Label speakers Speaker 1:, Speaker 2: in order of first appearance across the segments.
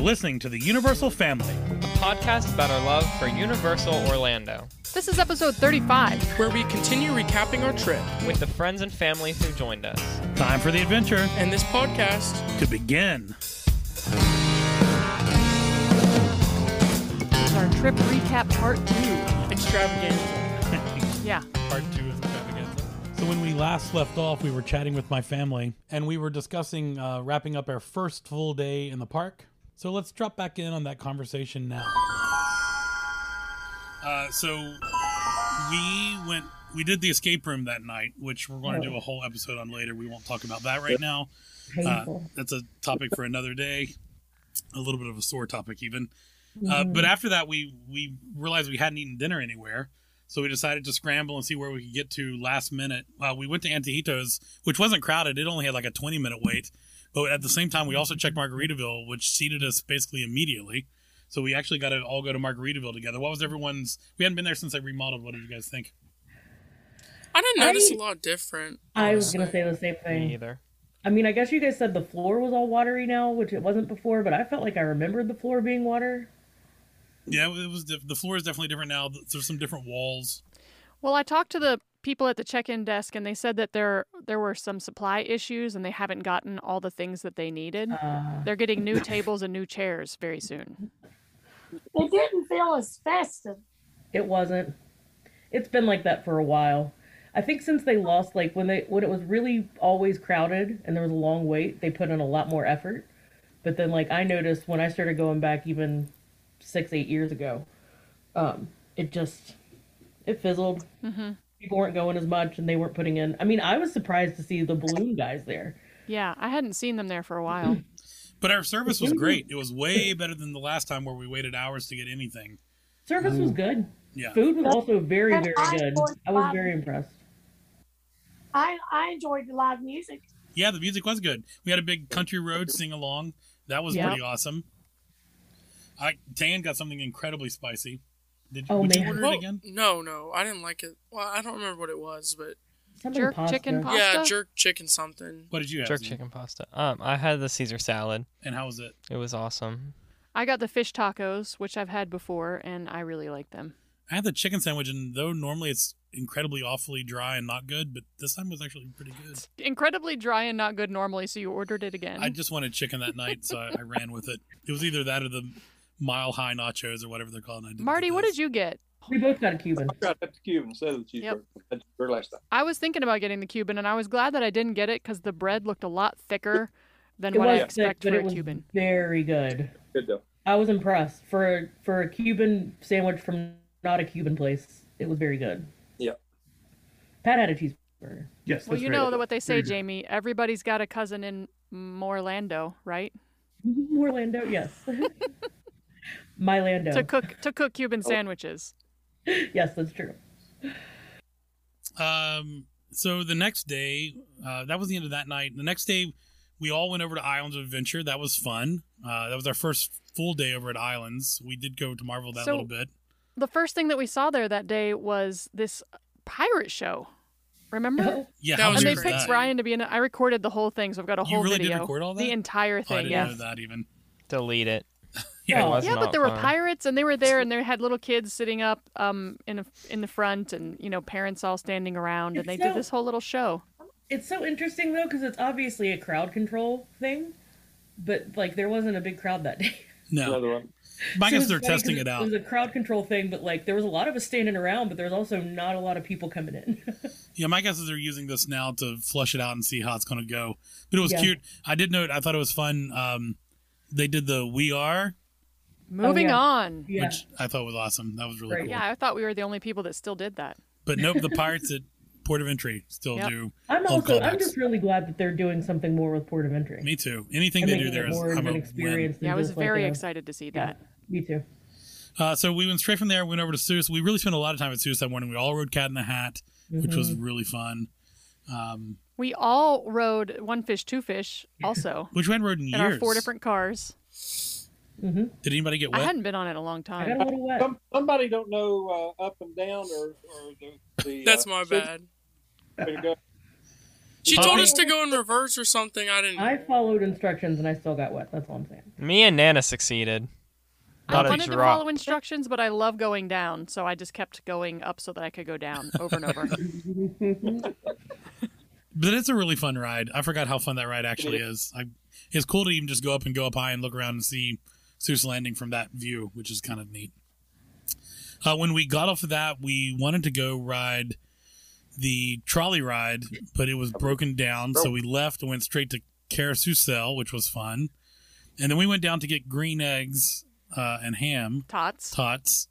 Speaker 1: listening to the Universal Family.
Speaker 2: a podcast about our love for Universal Orlando
Speaker 3: This is episode 35.
Speaker 4: where we continue recapping our trip.
Speaker 2: with the friends and family who joined us.
Speaker 1: Time for the adventure
Speaker 4: And this podcast uh,
Speaker 1: to begin.
Speaker 3: It's our trip recap part two.
Speaker 4: extravaganza.
Speaker 3: Yeah.
Speaker 5: part two of the extravaganza. So when we last left off, we were chatting with my family, and we were discussing uh, wrapping up our first full day in the park. So let's drop back in on that conversation now. Uh, so we went, we did the escape room that night, which we're going to do a whole episode on later. We won't talk about that right now. Uh, that's a topic for another day. A little bit of a sore topic, even. Uh,
Speaker 4: Mm-hmm.
Speaker 5: but after that, we we realized we hadn't eaten dinner anywhere, so we decided to scramble and see where we could get to last minute. Uh, we went to Antojitos, which wasn't crowded; it only had like a twenty minute wait. But at the same time, we also checked Margaritaville, which seated us basically immediately. So we actually got to all go to Margaritaville together. What was everyone's? We hadn't been there since I remodeled. What did you guys think?
Speaker 4: I didn't
Speaker 6: I-
Speaker 4: notice a lot different.
Speaker 6: I was gonna
Speaker 4: honestly.
Speaker 6: say the same
Speaker 2: Me
Speaker 6: thing.
Speaker 2: either.
Speaker 6: I mean, I guess you guys said the floor was all watery now, which it wasn't before, but I felt like I remembered the floor being water.
Speaker 5: Yeah, it was diff- the floor is definitely different now. There's some different walls.
Speaker 3: Well, I talked to the people at the check-in desk and they said that there there were some supply issues and they haven't gotten all the things that they needed.
Speaker 6: Uh,
Speaker 3: They're getting new tables and new chairs very soon.
Speaker 7: It didn't feel as festive.
Speaker 6: it wasn't. It's been like that for a while. I think since they lost, like when they when it was really always crowded and there was a long wait, they put in a lot more effort. But then, like I noticed when I started going back, even six eight years ago, um, it just it fizzled.
Speaker 3: hmm
Speaker 6: People weren't going as much, and they weren't putting in. I mean, I was surprised to see the balloon guys there.
Speaker 3: Yeah, I hadn't seen them there for a
Speaker 6: Mm-hmm.
Speaker 3: while.
Speaker 5: But our service was great. It was way better than the last time where we waited hours to get anything.
Speaker 6: Service was good.
Speaker 5: Yeah.
Speaker 6: Food was also very,
Speaker 7: That's
Speaker 6: very
Speaker 7: fine
Speaker 6: good.
Speaker 7: for
Speaker 6: I was
Speaker 7: Bobby.
Speaker 6: very impressed.
Speaker 7: I I enjoyed the live music.
Speaker 5: Yeah, the music was good. We had a big country road sing along. That was
Speaker 3: Yeah.
Speaker 5: pretty awesome. I Tan got something incredibly spicy. Did
Speaker 6: Oh,
Speaker 5: would you
Speaker 6: man.
Speaker 5: order
Speaker 4: Well,
Speaker 5: it again?
Speaker 4: no, no, I didn't like it. Well, I don't remember what it was, but
Speaker 6: Something
Speaker 3: Jerk chicken pasta.
Speaker 4: yeah, jerk chicken something.
Speaker 5: What did you have?
Speaker 2: Jerk
Speaker 5: Zeke?
Speaker 2: chicken pasta. Um, I had the Caesar salad.
Speaker 5: And how was it?
Speaker 2: It was awesome.
Speaker 3: I got the fish tacos, which I've had before, and I really like them.
Speaker 5: I had the chicken sandwich, and though normally it's incredibly awfully dry and not good, but this time it was actually pretty good.
Speaker 3: It's incredibly dry and not good normally, so you ordered it again.
Speaker 5: I just wanted chicken that night, so I, I ran with it. It was either that or the mile high nachos or whatever they're called. and I didn't
Speaker 3: Marty,
Speaker 5: get
Speaker 3: what
Speaker 5: those.
Speaker 3: did you get?
Speaker 6: We both got a Cuban.
Speaker 8: got Pepsi Cube instead of the
Speaker 3: Yep.
Speaker 8: cheeseburger. That's your last time.
Speaker 3: I was thinking about getting the Cuban, and I was glad that I didn't get it because the bread looked a lot thicker than
Speaker 6: it
Speaker 3: what I
Speaker 6: was thick,
Speaker 3: expect
Speaker 6: but
Speaker 3: for
Speaker 6: it
Speaker 3: a
Speaker 6: was
Speaker 3: Cuban.
Speaker 6: very good.
Speaker 8: Good though.
Speaker 6: I was impressed for a, for a Cuban sandwich from not a Cuban place. It was very good.
Speaker 8: Yeah.
Speaker 6: Pat had a cheeseburger.
Speaker 9: Yes.
Speaker 3: Well,
Speaker 9: that's
Speaker 3: you
Speaker 9: right.
Speaker 3: know that what they say,
Speaker 9: Very good.
Speaker 3: Jamie. Everybody's got a cousin in M- Orlando, right?
Speaker 6: Orlando, yes. My Lando.
Speaker 3: To cook to cook Cuban sandwiches.
Speaker 6: Yes, that's true.
Speaker 5: Um, so the next day, uh, that was the end of that night. The next day, we all went over to Islands of Adventure. That was fun. Uh, that was our first full day over at Islands. We did go to Marvel that
Speaker 3: So-
Speaker 5: little bit.
Speaker 3: The first thing that we saw there that day was this pirate show. Remember?
Speaker 5: Yeah,
Speaker 4: That
Speaker 5: how
Speaker 4: was
Speaker 3: and they
Speaker 5: weird
Speaker 4: great.
Speaker 5: was
Speaker 3: picked
Speaker 5: that?
Speaker 3: Ryan to be in it. I recorded the whole thing, so I've got a
Speaker 5: You
Speaker 3: whole
Speaker 5: really did
Speaker 3: video.
Speaker 5: record all
Speaker 3: The
Speaker 5: that?
Speaker 3: entire
Speaker 5: Oh, I
Speaker 3: thing,
Speaker 5: didn't
Speaker 3: yeah.
Speaker 5: know that even.
Speaker 2: Delete it.
Speaker 5: Yeah,
Speaker 6: Oh.
Speaker 2: it was
Speaker 3: yeah,
Speaker 2: not
Speaker 3: but there were
Speaker 2: fun.
Speaker 3: pirates, and they were there, and they had little kids sitting up um, in a, in the front, and you know, parents all standing around, and
Speaker 6: It's
Speaker 3: they
Speaker 6: so-
Speaker 3: did this whole little
Speaker 9: Oh,
Speaker 3: show.
Speaker 6: It's so interesting though, because it's obviously a crowd control thing, but like there wasn't a big crowd that day.
Speaker 5: No,
Speaker 8: Another one.
Speaker 5: I
Speaker 6: So
Speaker 5: guess
Speaker 6: it's
Speaker 5: they're
Speaker 6: funny 'cause
Speaker 5: testing
Speaker 6: it-
Speaker 5: it
Speaker 6: It
Speaker 5: out.
Speaker 6: was a crowd control thing, but like there was a lot of us standing around, but there was also not a lot of people coming in.
Speaker 5: Yeah, my guess is they're using this now to flush it out and see how it's going to go. But it was
Speaker 6: Yeah.
Speaker 5: cute. I did note. I thought it was fun. Um, they did the "We Are,"
Speaker 3: Moving
Speaker 6: yeah.
Speaker 3: on.
Speaker 6: yeah,
Speaker 5: which I thought was awesome. That was really
Speaker 6: Right.
Speaker 5: cool.
Speaker 3: Yeah, I thought we were the only people that still did that.
Speaker 5: But nope, the pirates at Port of Entry still
Speaker 3: Yep.
Speaker 5: do.
Speaker 6: I'm
Speaker 5: Old
Speaker 6: also I'm
Speaker 5: callbacks.
Speaker 6: just really glad that they're doing something more with Port of Entry.
Speaker 5: Oh, Me too. Anything
Speaker 6: I'm
Speaker 5: they do
Speaker 6: making it
Speaker 5: there is
Speaker 6: more of
Speaker 5: I'm
Speaker 6: an
Speaker 5: a win.
Speaker 6: experience. than
Speaker 3: Yeah, I was
Speaker 6: just, like,
Speaker 3: very
Speaker 6: a-
Speaker 3: excited to see
Speaker 6: yeah,
Speaker 3: that.
Speaker 6: me too.
Speaker 5: Uh, so we went straight from there, went over to Seuss. We really spent a lot of time at Seuss that morning. We all rode Cat in the Hat, which was really fun. Um,
Speaker 3: We all rode one fish, two fish, also
Speaker 5: which we hadn't rode in
Speaker 3: in
Speaker 5: years.
Speaker 3: our four different cars.
Speaker 5: Did anybody get
Speaker 3: I
Speaker 5: wet?
Speaker 3: hadn't been on it in a long
Speaker 6: I got a
Speaker 3: time.
Speaker 6: little wet.
Speaker 8: Some, somebody don't know uh, up and down or, or the, the
Speaker 4: That's
Speaker 8: uh,
Speaker 4: my
Speaker 8: city.
Speaker 4: bad.
Speaker 8: Way to go.
Speaker 4: She
Speaker 1: Poppy?
Speaker 4: told us to go in reverse or something. I didn't.
Speaker 6: I followed instructions and I still got wet. That's all I'm saying.
Speaker 2: Me and Nana succeeded.
Speaker 3: I
Speaker 2: Not a
Speaker 3: wanted to
Speaker 2: drop.
Speaker 3: follow instructions, but I love going down, so I just kept going up so that I could go down over and over.
Speaker 5: But it's a really fun ride. I forgot how fun that ride actually is. I, it's cool to even just go up and go up high and look around and see Seuss Landing from that view, which is kind of neat. Uh, when we got off of that, we wanted to go ride the trolley ride, but it was broken down. So we left and went straight to Carousel, which was fun. And then we went down to get green eggs uh, and ham
Speaker 3: Tots.
Speaker 5: tots.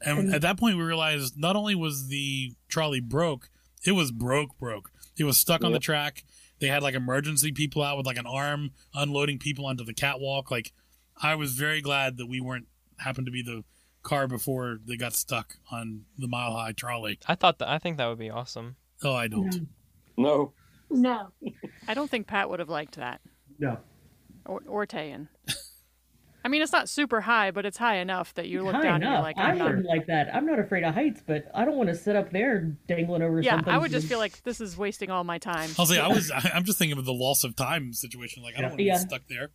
Speaker 5: And, at that point, we realized not only was the trolley broke, it was broke, broke. It was stuck on the track. They had like emergency people out with like an arm unloading people onto the catwalk. Like, I was very glad that we weren't happened to be the car before they got stuck on the mile high trolley.
Speaker 2: I thought that I think that would be awesome.
Speaker 5: Oh, I don't.
Speaker 8: No.
Speaker 7: No.
Speaker 3: I don't think Pat would have liked that,
Speaker 9: No.
Speaker 3: or, or Tayan. I mean, it's not super high, but it's high enough that you look
Speaker 6: High
Speaker 3: down
Speaker 6: enough.
Speaker 3: and you're
Speaker 6: I
Speaker 3: like, I'm
Speaker 6: wouldn't
Speaker 3: not.
Speaker 6: like that. I'm not afraid of heights, but I don't want to sit up there dangling over
Speaker 3: Yeah,
Speaker 6: something.
Speaker 3: I would just feel like this is wasting all my time.
Speaker 5: I'll say I was. I- I'm just thinking of the loss of time situation. Like I don't want to
Speaker 6: Yeah.
Speaker 5: be stuck there.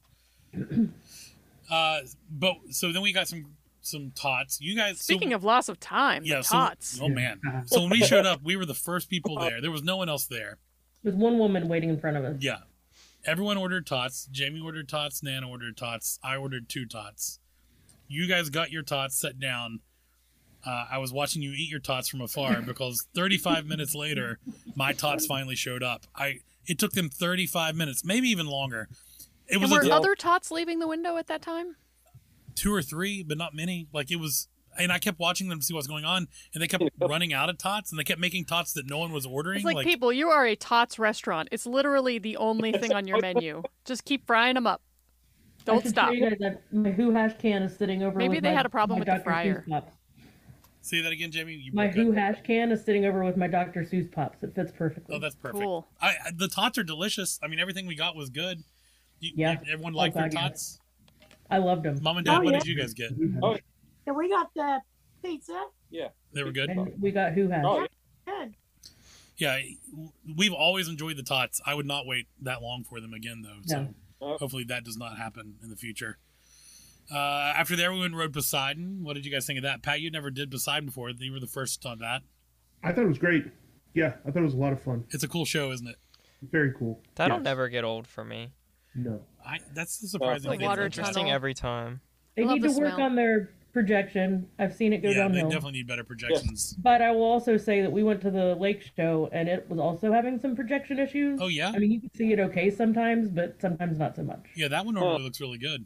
Speaker 5: Uh, but so then we got some some tots. You guys. so-
Speaker 3: Speaking of loss of time,
Speaker 5: yeah,
Speaker 3: the
Speaker 5: so-
Speaker 3: tots.
Speaker 5: oh man. So when we showed up, we were the first people there. There was no one else there.
Speaker 6: With one woman waiting in front of us.
Speaker 5: Yeah. Everyone ordered tots. Jamie ordered tots. Nan ordered tots. I ordered two tots. You guys got your tots, sat down. Uh, I was watching you eat your tots from afar because 35 minutes later, my tots finally showed up. I it took them 35 minutes, maybe even longer. It was
Speaker 3: and were
Speaker 5: like
Speaker 3: other tots leaving the window at that time?
Speaker 5: two or three, but not many. Like it was, and I kept watching them to see what's going on, and they kept running out of tots, and they kept making tots that no one was ordering.
Speaker 3: It's like, people, you are a tots restaurant. It's literally the only thing on your menu. Just keep frying them up.
Speaker 6: I
Speaker 3: Don't
Speaker 6: should
Speaker 3: stop.
Speaker 6: Show you guys that my Who Hash can is sitting over.
Speaker 3: Maybe
Speaker 6: with
Speaker 3: they
Speaker 6: my-
Speaker 3: had a problem
Speaker 6: my
Speaker 3: with the
Speaker 6: Dr.
Speaker 3: fryer.
Speaker 6: Seuss pops.
Speaker 5: say that again, Jamie. You
Speaker 6: My
Speaker 5: broke up.
Speaker 6: Who Hash can is sitting over with my Dr. Seuss pops. It fits perfectly.
Speaker 5: Oh, that's perfect.
Speaker 3: Cool.
Speaker 5: I, I the tots are delicious. I mean, everything we got was good. You,
Speaker 6: Yeah.
Speaker 5: you- everyone
Speaker 6: Oh,
Speaker 5: liked their
Speaker 6: God, yeah.
Speaker 5: tots.
Speaker 6: I loved them.
Speaker 5: Mom and Dad,
Speaker 7: Oh,
Speaker 5: what
Speaker 7: yeah.
Speaker 5: did you guys get?
Speaker 7: Oh, And we got the pizza.
Speaker 5: They were good.
Speaker 6: And we got Who Hash.
Speaker 8: Oh, yeah.
Speaker 7: Good.
Speaker 5: Yeah, we've always enjoyed the tots. I would not wait that long for them again, though. So
Speaker 6: No.
Speaker 8: Oh.
Speaker 5: hopefully that does not happen in the future. Uh, after there, we went and rode Poseidon. What did you guys think of that? Pat, you never did Poseidon before. You were the first on that.
Speaker 9: I thought it was great. Yeah, I thought it was a lot of fun.
Speaker 5: It's a cool show, isn't it?
Speaker 9: Very cool.
Speaker 2: That'll
Speaker 9: Yes.
Speaker 2: never get old for me.
Speaker 9: No.
Speaker 5: I, that's the surprising
Speaker 3: Like
Speaker 5: thing.
Speaker 3: water
Speaker 5: Interesting.
Speaker 2: Interesting
Speaker 3: tunnel.
Speaker 2: every time.
Speaker 6: They
Speaker 3: Love
Speaker 6: need
Speaker 3: the
Speaker 6: to work
Speaker 3: smell.
Speaker 6: on their projection. I've seen it go
Speaker 5: Yeah, they
Speaker 6: downhill.
Speaker 5: definitely need better projections.
Speaker 6: But I will also say that we went to the lake show and it was also having some projection issues.
Speaker 5: Oh, yeah?
Speaker 6: I mean, you can see it okay sometimes, but sometimes not so much.
Speaker 5: Yeah, that one normally looks really good.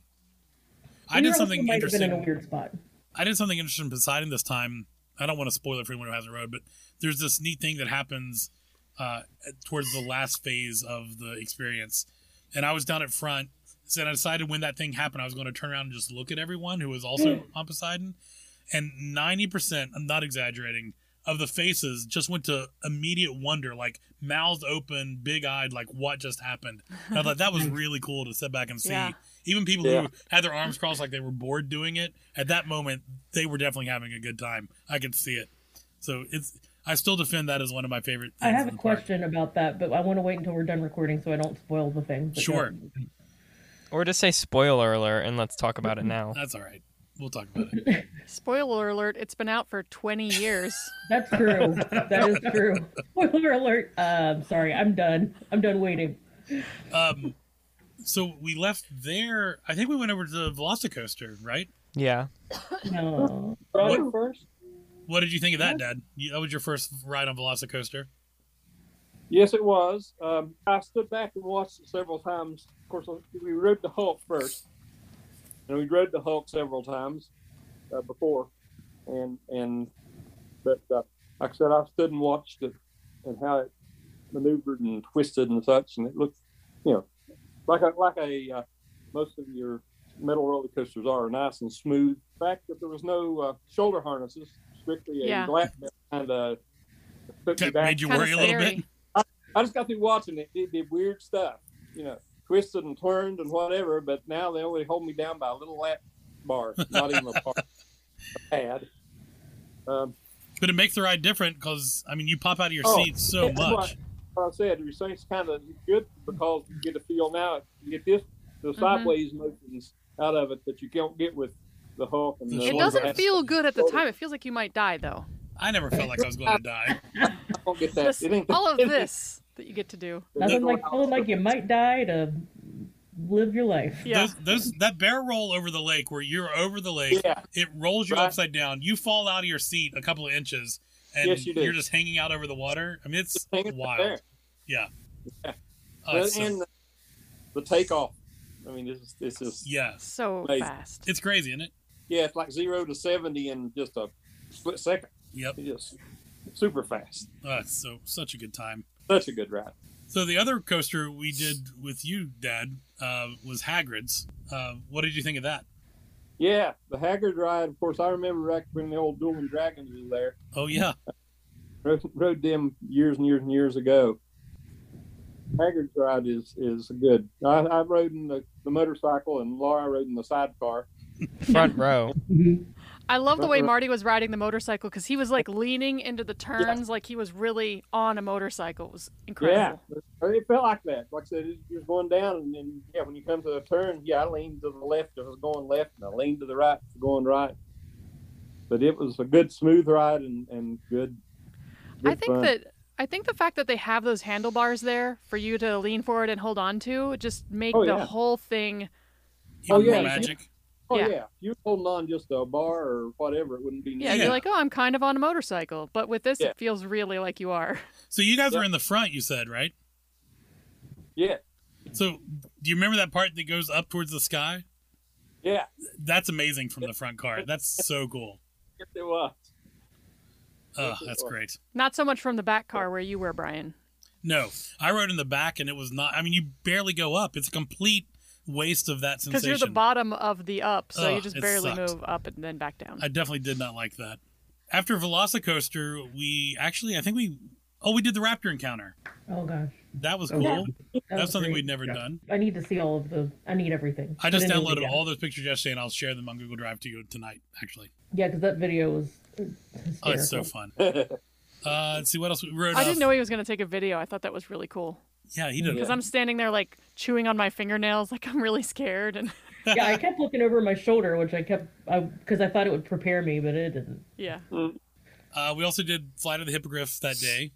Speaker 5: I
Speaker 6: Your
Speaker 5: did
Speaker 6: house
Speaker 5: something
Speaker 6: might have
Speaker 5: interesting.
Speaker 6: Been in a weird spot.
Speaker 5: I did something interesting in Poseidon this time. I don't want to spoil it for anyone who hasn't read, but there's this neat thing that happens uh, towards the last phase of the experience. And I was down at front, so I decided when that thing happened, I was going to turn around and just look at everyone who was also on Poseidon. And 90%, I'm not exaggerating, of the faces just went to immediate wonder, like mouths open, big eyed, like what just happened. And I thought that was really cool to sit back and see.
Speaker 3: Yeah.
Speaker 5: Even people
Speaker 8: Yeah.
Speaker 5: who had their arms crossed like they were bored doing it, at that moment they were definitely having a good time. I could see it. So it's I still defend that as one of my favorite
Speaker 6: I
Speaker 5: things
Speaker 6: have
Speaker 5: in
Speaker 6: a
Speaker 5: the park.
Speaker 6: question about that, but I want to wait until we're done recording so I don't spoil the thing. But uh,
Speaker 5: Sure.
Speaker 6: no.
Speaker 2: Or just say spoiler alert and let's talk about it now.
Speaker 5: That's all right. We'll talk about it.
Speaker 3: Spoiler alert, it's been out for 20 years.
Speaker 6: That's true. that is true. Spoiler alert. Uh, I'm sorry. I'm done. I'm done waiting.
Speaker 5: Um so we left there. I think we went over to the Velocicoaster, right?
Speaker 2: Yeah.
Speaker 6: No.
Speaker 8: Ride
Speaker 5: What?
Speaker 8: it first?
Speaker 5: What did you think of that, Dad? You, that was your first ride on Velocicoaster.
Speaker 8: Yes, it was. Um, I stood back and watched it several times. Of course, uh, we rode the Hulk first, and we rode the Hulk several times uh, before, and and but uh, like I said, I stood and watched it and how it maneuvered and twisted and such, and it looked, you know, like a like a uh, most of your metal roller coasters are nice and smooth. The fact that there was no uh, shoulder harnesses, strictly a
Speaker 3: Yeah.
Speaker 8: glass kind of. took uh, me
Speaker 5: That
Speaker 8: back.
Speaker 5: made you
Speaker 3: Kinda
Speaker 5: worry a little
Speaker 3: scary.
Speaker 5: bit.
Speaker 8: I just got through watching it. It did weird stuff, you know, twisted and turned and whatever. But now they only hold me down by a little lap bar, not even a bar, a pad. Um,
Speaker 5: But it makes the ride different because I mean you pop out of your
Speaker 8: Oh,
Speaker 5: seat so
Speaker 8: that's
Speaker 5: much.
Speaker 8: right. what I said, your thing's kind of good because you get a feel now. You get this the
Speaker 3: Mm-hmm.
Speaker 8: sideways motions out of it that you don't get with the Hulk.
Speaker 5: It
Speaker 8: And the
Speaker 5: Well,
Speaker 3: It
Speaker 5: the
Speaker 3: doesn't
Speaker 5: last-
Speaker 3: feel good at the time. It feels like you might die, though.
Speaker 5: I never felt like I was going to die.
Speaker 8: I don't get that.
Speaker 3: This-
Speaker 8: It ain't
Speaker 3: all of this that you get to do.
Speaker 6: Nothing like feeling like you might die to live your life.
Speaker 3: Yeah.
Speaker 5: Those, those that bear roll over the lake where you're over the lake,
Speaker 8: Yeah.
Speaker 5: it rolls you
Speaker 8: Right.
Speaker 5: upside down. You fall out of your seat a couple of inches, and
Speaker 8: Yes, you do.
Speaker 5: are just hanging out over the water. I mean, it's
Speaker 8: Just hanging out
Speaker 5: wild.
Speaker 8: there.
Speaker 5: Yeah.
Speaker 8: Yeah.
Speaker 5: Oh, it's so-
Speaker 8: and the, the takeoff. I mean, this is this is
Speaker 5: yes,
Speaker 3: So
Speaker 8: Amazing.
Speaker 3: fast.
Speaker 5: it's crazy, isn't it?
Speaker 8: yeah, it's like zero to seventy in just a split second.
Speaker 5: Yep.
Speaker 8: It's just super fast.
Speaker 5: Oh, it's so such a good time.
Speaker 8: Such a good ride.
Speaker 5: So the other coaster we did with you, Dad, uh, was Hagrid's. Uh, what did you think of that?
Speaker 8: Yeah, the Haggard ride. Of course, I remember back when the old Dueling Dragons was there.
Speaker 5: Oh yeah,
Speaker 8: rode, rode them years and years and years ago. Haggard's ride is is good. I, I rode in the, the motorcycle and Laura rode in the sidecar.
Speaker 2: Front row.
Speaker 3: Mm-hmm. I love the way Marty was riding the motorcycle because he was like leaning into the turns like he was really on a motorcycle. It was incredible.
Speaker 8: Yeah, it felt like that. Like I said, it was going down, and then yeah, when you come to the turn, yeah, I leaned to the left if I was going left, and I leaned to the right if I was going right. But it was a good smooth ride and and good.
Speaker 3: I
Speaker 8: good
Speaker 3: think
Speaker 8: fun.
Speaker 3: that I think the fact that they have those handlebars there for you to lean forward and hold on to just make
Speaker 8: Oh,
Speaker 3: the
Speaker 8: yeah.
Speaker 3: whole thing.
Speaker 5: Even
Speaker 8: Oh,
Speaker 5: more
Speaker 8: yeah.
Speaker 5: magic.
Speaker 8: oh
Speaker 3: yeah.
Speaker 8: yeah, if you were holding on just to a bar or whatever, it wouldn't be
Speaker 3: Yeah,
Speaker 5: Yeah.
Speaker 3: you're like, oh, I'm kind of on a motorcycle, but with this,
Speaker 8: Yeah.
Speaker 3: it feels really like you are.
Speaker 5: So you guys were in the front, you said, right?
Speaker 8: yeah,
Speaker 5: So do you remember that part that goes up towards the sky?
Speaker 8: yeah,
Speaker 5: That's amazing from the front car. That's so cool.
Speaker 8: yes, it was.
Speaker 5: Oh, that's great.
Speaker 3: Not so much from the back car where you were, Brian.
Speaker 5: No, I rode in the back, and it was not. I mean, you barely go up. It's a complete waste of that
Speaker 3: Because
Speaker 5: sensation.
Speaker 3: you're the bottom of the up, so you
Speaker 5: Ugh,
Speaker 3: just
Speaker 5: it
Speaker 3: barely
Speaker 5: sucked.
Speaker 3: move up and then back down.
Speaker 5: I definitely did not like that. After Velocicoaster, we actually, I think we, oh, we did the Raptor encounter.
Speaker 6: Oh gosh,
Speaker 5: That was
Speaker 9: Oh,
Speaker 5: cool.
Speaker 9: yeah.
Speaker 6: That was
Speaker 5: That's something
Speaker 6: great.
Speaker 5: we'd never
Speaker 9: Yeah.
Speaker 5: done.
Speaker 6: I need to see all of the. I need everything.
Speaker 5: I just
Speaker 6: But anyway,
Speaker 5: downloaded
Speaker 6: yeah.
Speaker 5: all those pictures yesterday, and I'll share them on Google Drive to you tonight. Actually,
Speaker 6: Yeah, because that video was. Hysterical.
Speaker 5: oh, it's so fun. Uh, let's see what else we rode.
Speaker 3: I
Speaker 5: off.
Speaker 3: didn't know he was going to take a video. I thought that was really cool.
Speaker 5: Yeah, he did.
Speaker 3: Because I'm standing there, like, chewing on my fingernails, like, I'm really scared. And
Speaker 6: yeah, I kept looking over my shoulder, which I kept I because I thought it would prepare me, but it didn't.
Speaker 3: yeah.
Speaker 9: Mm.
Speaker 5: Uh, we also did Flight of the Hippogriffs that day.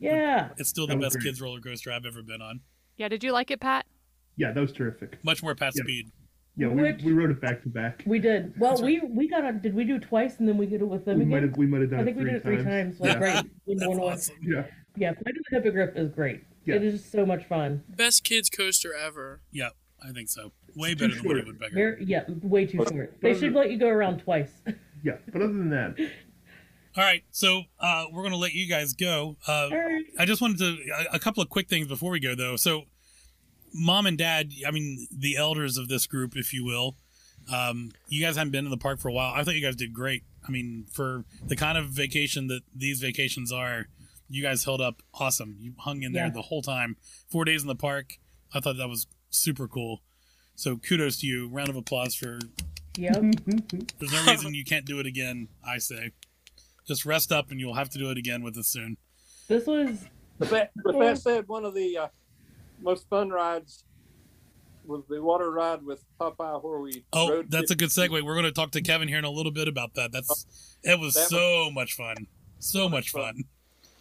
Speaker 6: Yeah,
Speaker 5: It's still the
Speaker 9: That was
Speaker 5: best
Speaker 9: great.
Speaker 5: kids roller coaster I've ever been on.
Speaker 3: Yeah, did you like it, Pat?
Speaker 9: Yeah, that was terrific.
Speaker 5: Much more past
Speaker 9: Yeah.
Speaker 5: speed.
Speaker 9: Yeah, we,
Speaker 6: Which-
Speaker 9: we wrote it back to back.
Speaker 6: we did. Well, we we got on. Did we do twice and then we did it with them
Speaker 9: We might
Speaker 6: again?
Speaker 9: have we might have done
Speaker 6: I think
Speaker 9: it
Speaker 6: we
Speaker 9: three
Speaker 6: did it three times. Like,
Speaker 5: Yeah.
Speaker 6: right. in
Speaker 5: That's
Speaker 6: one one.
Speaker 5: awesome.
Speaker 9: Yeah,
Speaker 6: Yeah, Flight of the Hippogriff is great.
Speaker 9: Yeah.
Speaker 6: It is so much fun.
Speaker 4: Best kids coaster ever.
Speaker 5: Yeah, I think so. Way
Speaker 9: It's
Speaker 5: better
Speaker 9: too
Speaker 5: than Woody
Speaker 9: short.
Speaker 5: Woodpecker.
Speaker 6: Very, yeah, way too short. They should let you go around twice.
Speaker 9: yeah. But other than that,
Speaker 5: All right, so uh, we're gonna let you guys go. Uh,
Speaker 6: Alright.
Speaker 5: I just wanted to a, a couple of quick things before we go though. So, mom and dad, I mean the elders of this group, if you will, um, you guys haven't been in the park for a while. I thought you guys did great. I mean, for the kind of vacation that these vacations are, you guys held up awesome. You hung in there
Speaker 6: Yeah.
Speaker 5: the whole time. Four days in the park. I thought that was super cool. So kudos to you. Round of applause for
Speaker 6: Yep.
Speaker 5: there's no reason you can't do it again, I say. Just rest up and you'll have to do it again with us soon.
Speaker 6: this was
Speaker 8: But that, but that said, one of the uh, most fun rides was the water ride with Popeye, where we
Speaker 5: Oh,
Speaker 8: rode
Speaker 5: that's a good segue. We're going to talk to Kevin here in a little bit about that. That's it was
Speaker 8: That
Speaker 5: so much fun. Oh, So much fun.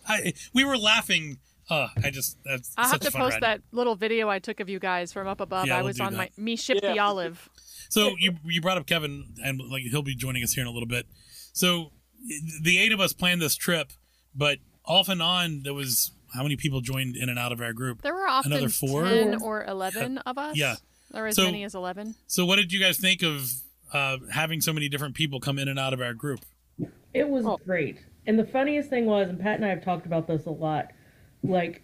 Speaker 5: I we were laughing. Uh, I just that's
Speaker 3: I'll have
Speaker 5: such a
Speaker 3: to
Speaker 5: fun
Speaker 3: post
Speaker 5: ride.
Speaker 3: that little video I took of you guys from up above.
Speaker 5: Yeah,
Speaker 3: I
Speaker 5: we'll
Speaker 3: was
Speaker 5: do
Speaker 3: on
Speaker 5: that.
Speaker 3: my me ship
Speaker 8: Yeah.
Speaker 3: the olive.
Speaker 5: So you you brought up Kevin, and like he'll be joining us here in a little bit. So the eight of us planned this trip, but off and on there was how many people joined in and out of our group.
Speaker 3: There were often
Speaker 5: Another four?
Speaker 3: ten or eleven of us.
Speaker 5: Yeah.
Speaker 3: There were as
Speaker 5: So-
Speaker 3: many as eleven.
Speaker 5: So what did you guys think of uh, having so many different people come in and out of our group?
Speaker 6: It was
Speaker 3: Oh.
Speaker 6: great. And the funniest thing was, and Pat and I have talked about this a lot, like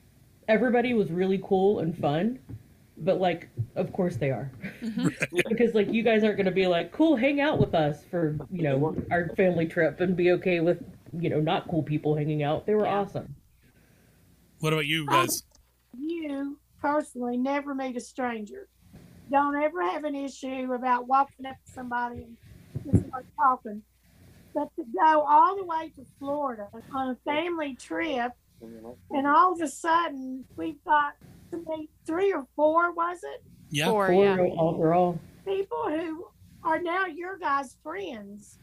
Speaker 6: everybody was really cool and fun, but like of course they are.
Speaker 3: Mm-hmm.
Speaker 6: because like you guys aren't going to be like, "Cool, hang out with us for, you know, our family trip and be okay with, you know, not cool people hanging out." They were
Speaker 3: Yeah.
Speaker 6: awesome.
Speaker 5: What about you guys?
Speaker 7: You personally never meet a stranger. Don't ever have an issue about walking up to somebody and just start talking. But to go all the way to Florida on a family trip And all of a sudden, we've got to meet three or four, was it?
Speaker 5: Yeah.
Speaker 3: Four,
Speaker 6: Four
Speaker 3: yeah.
Speaker 6: overall.
Speaker 7: People who are now your guys' friends.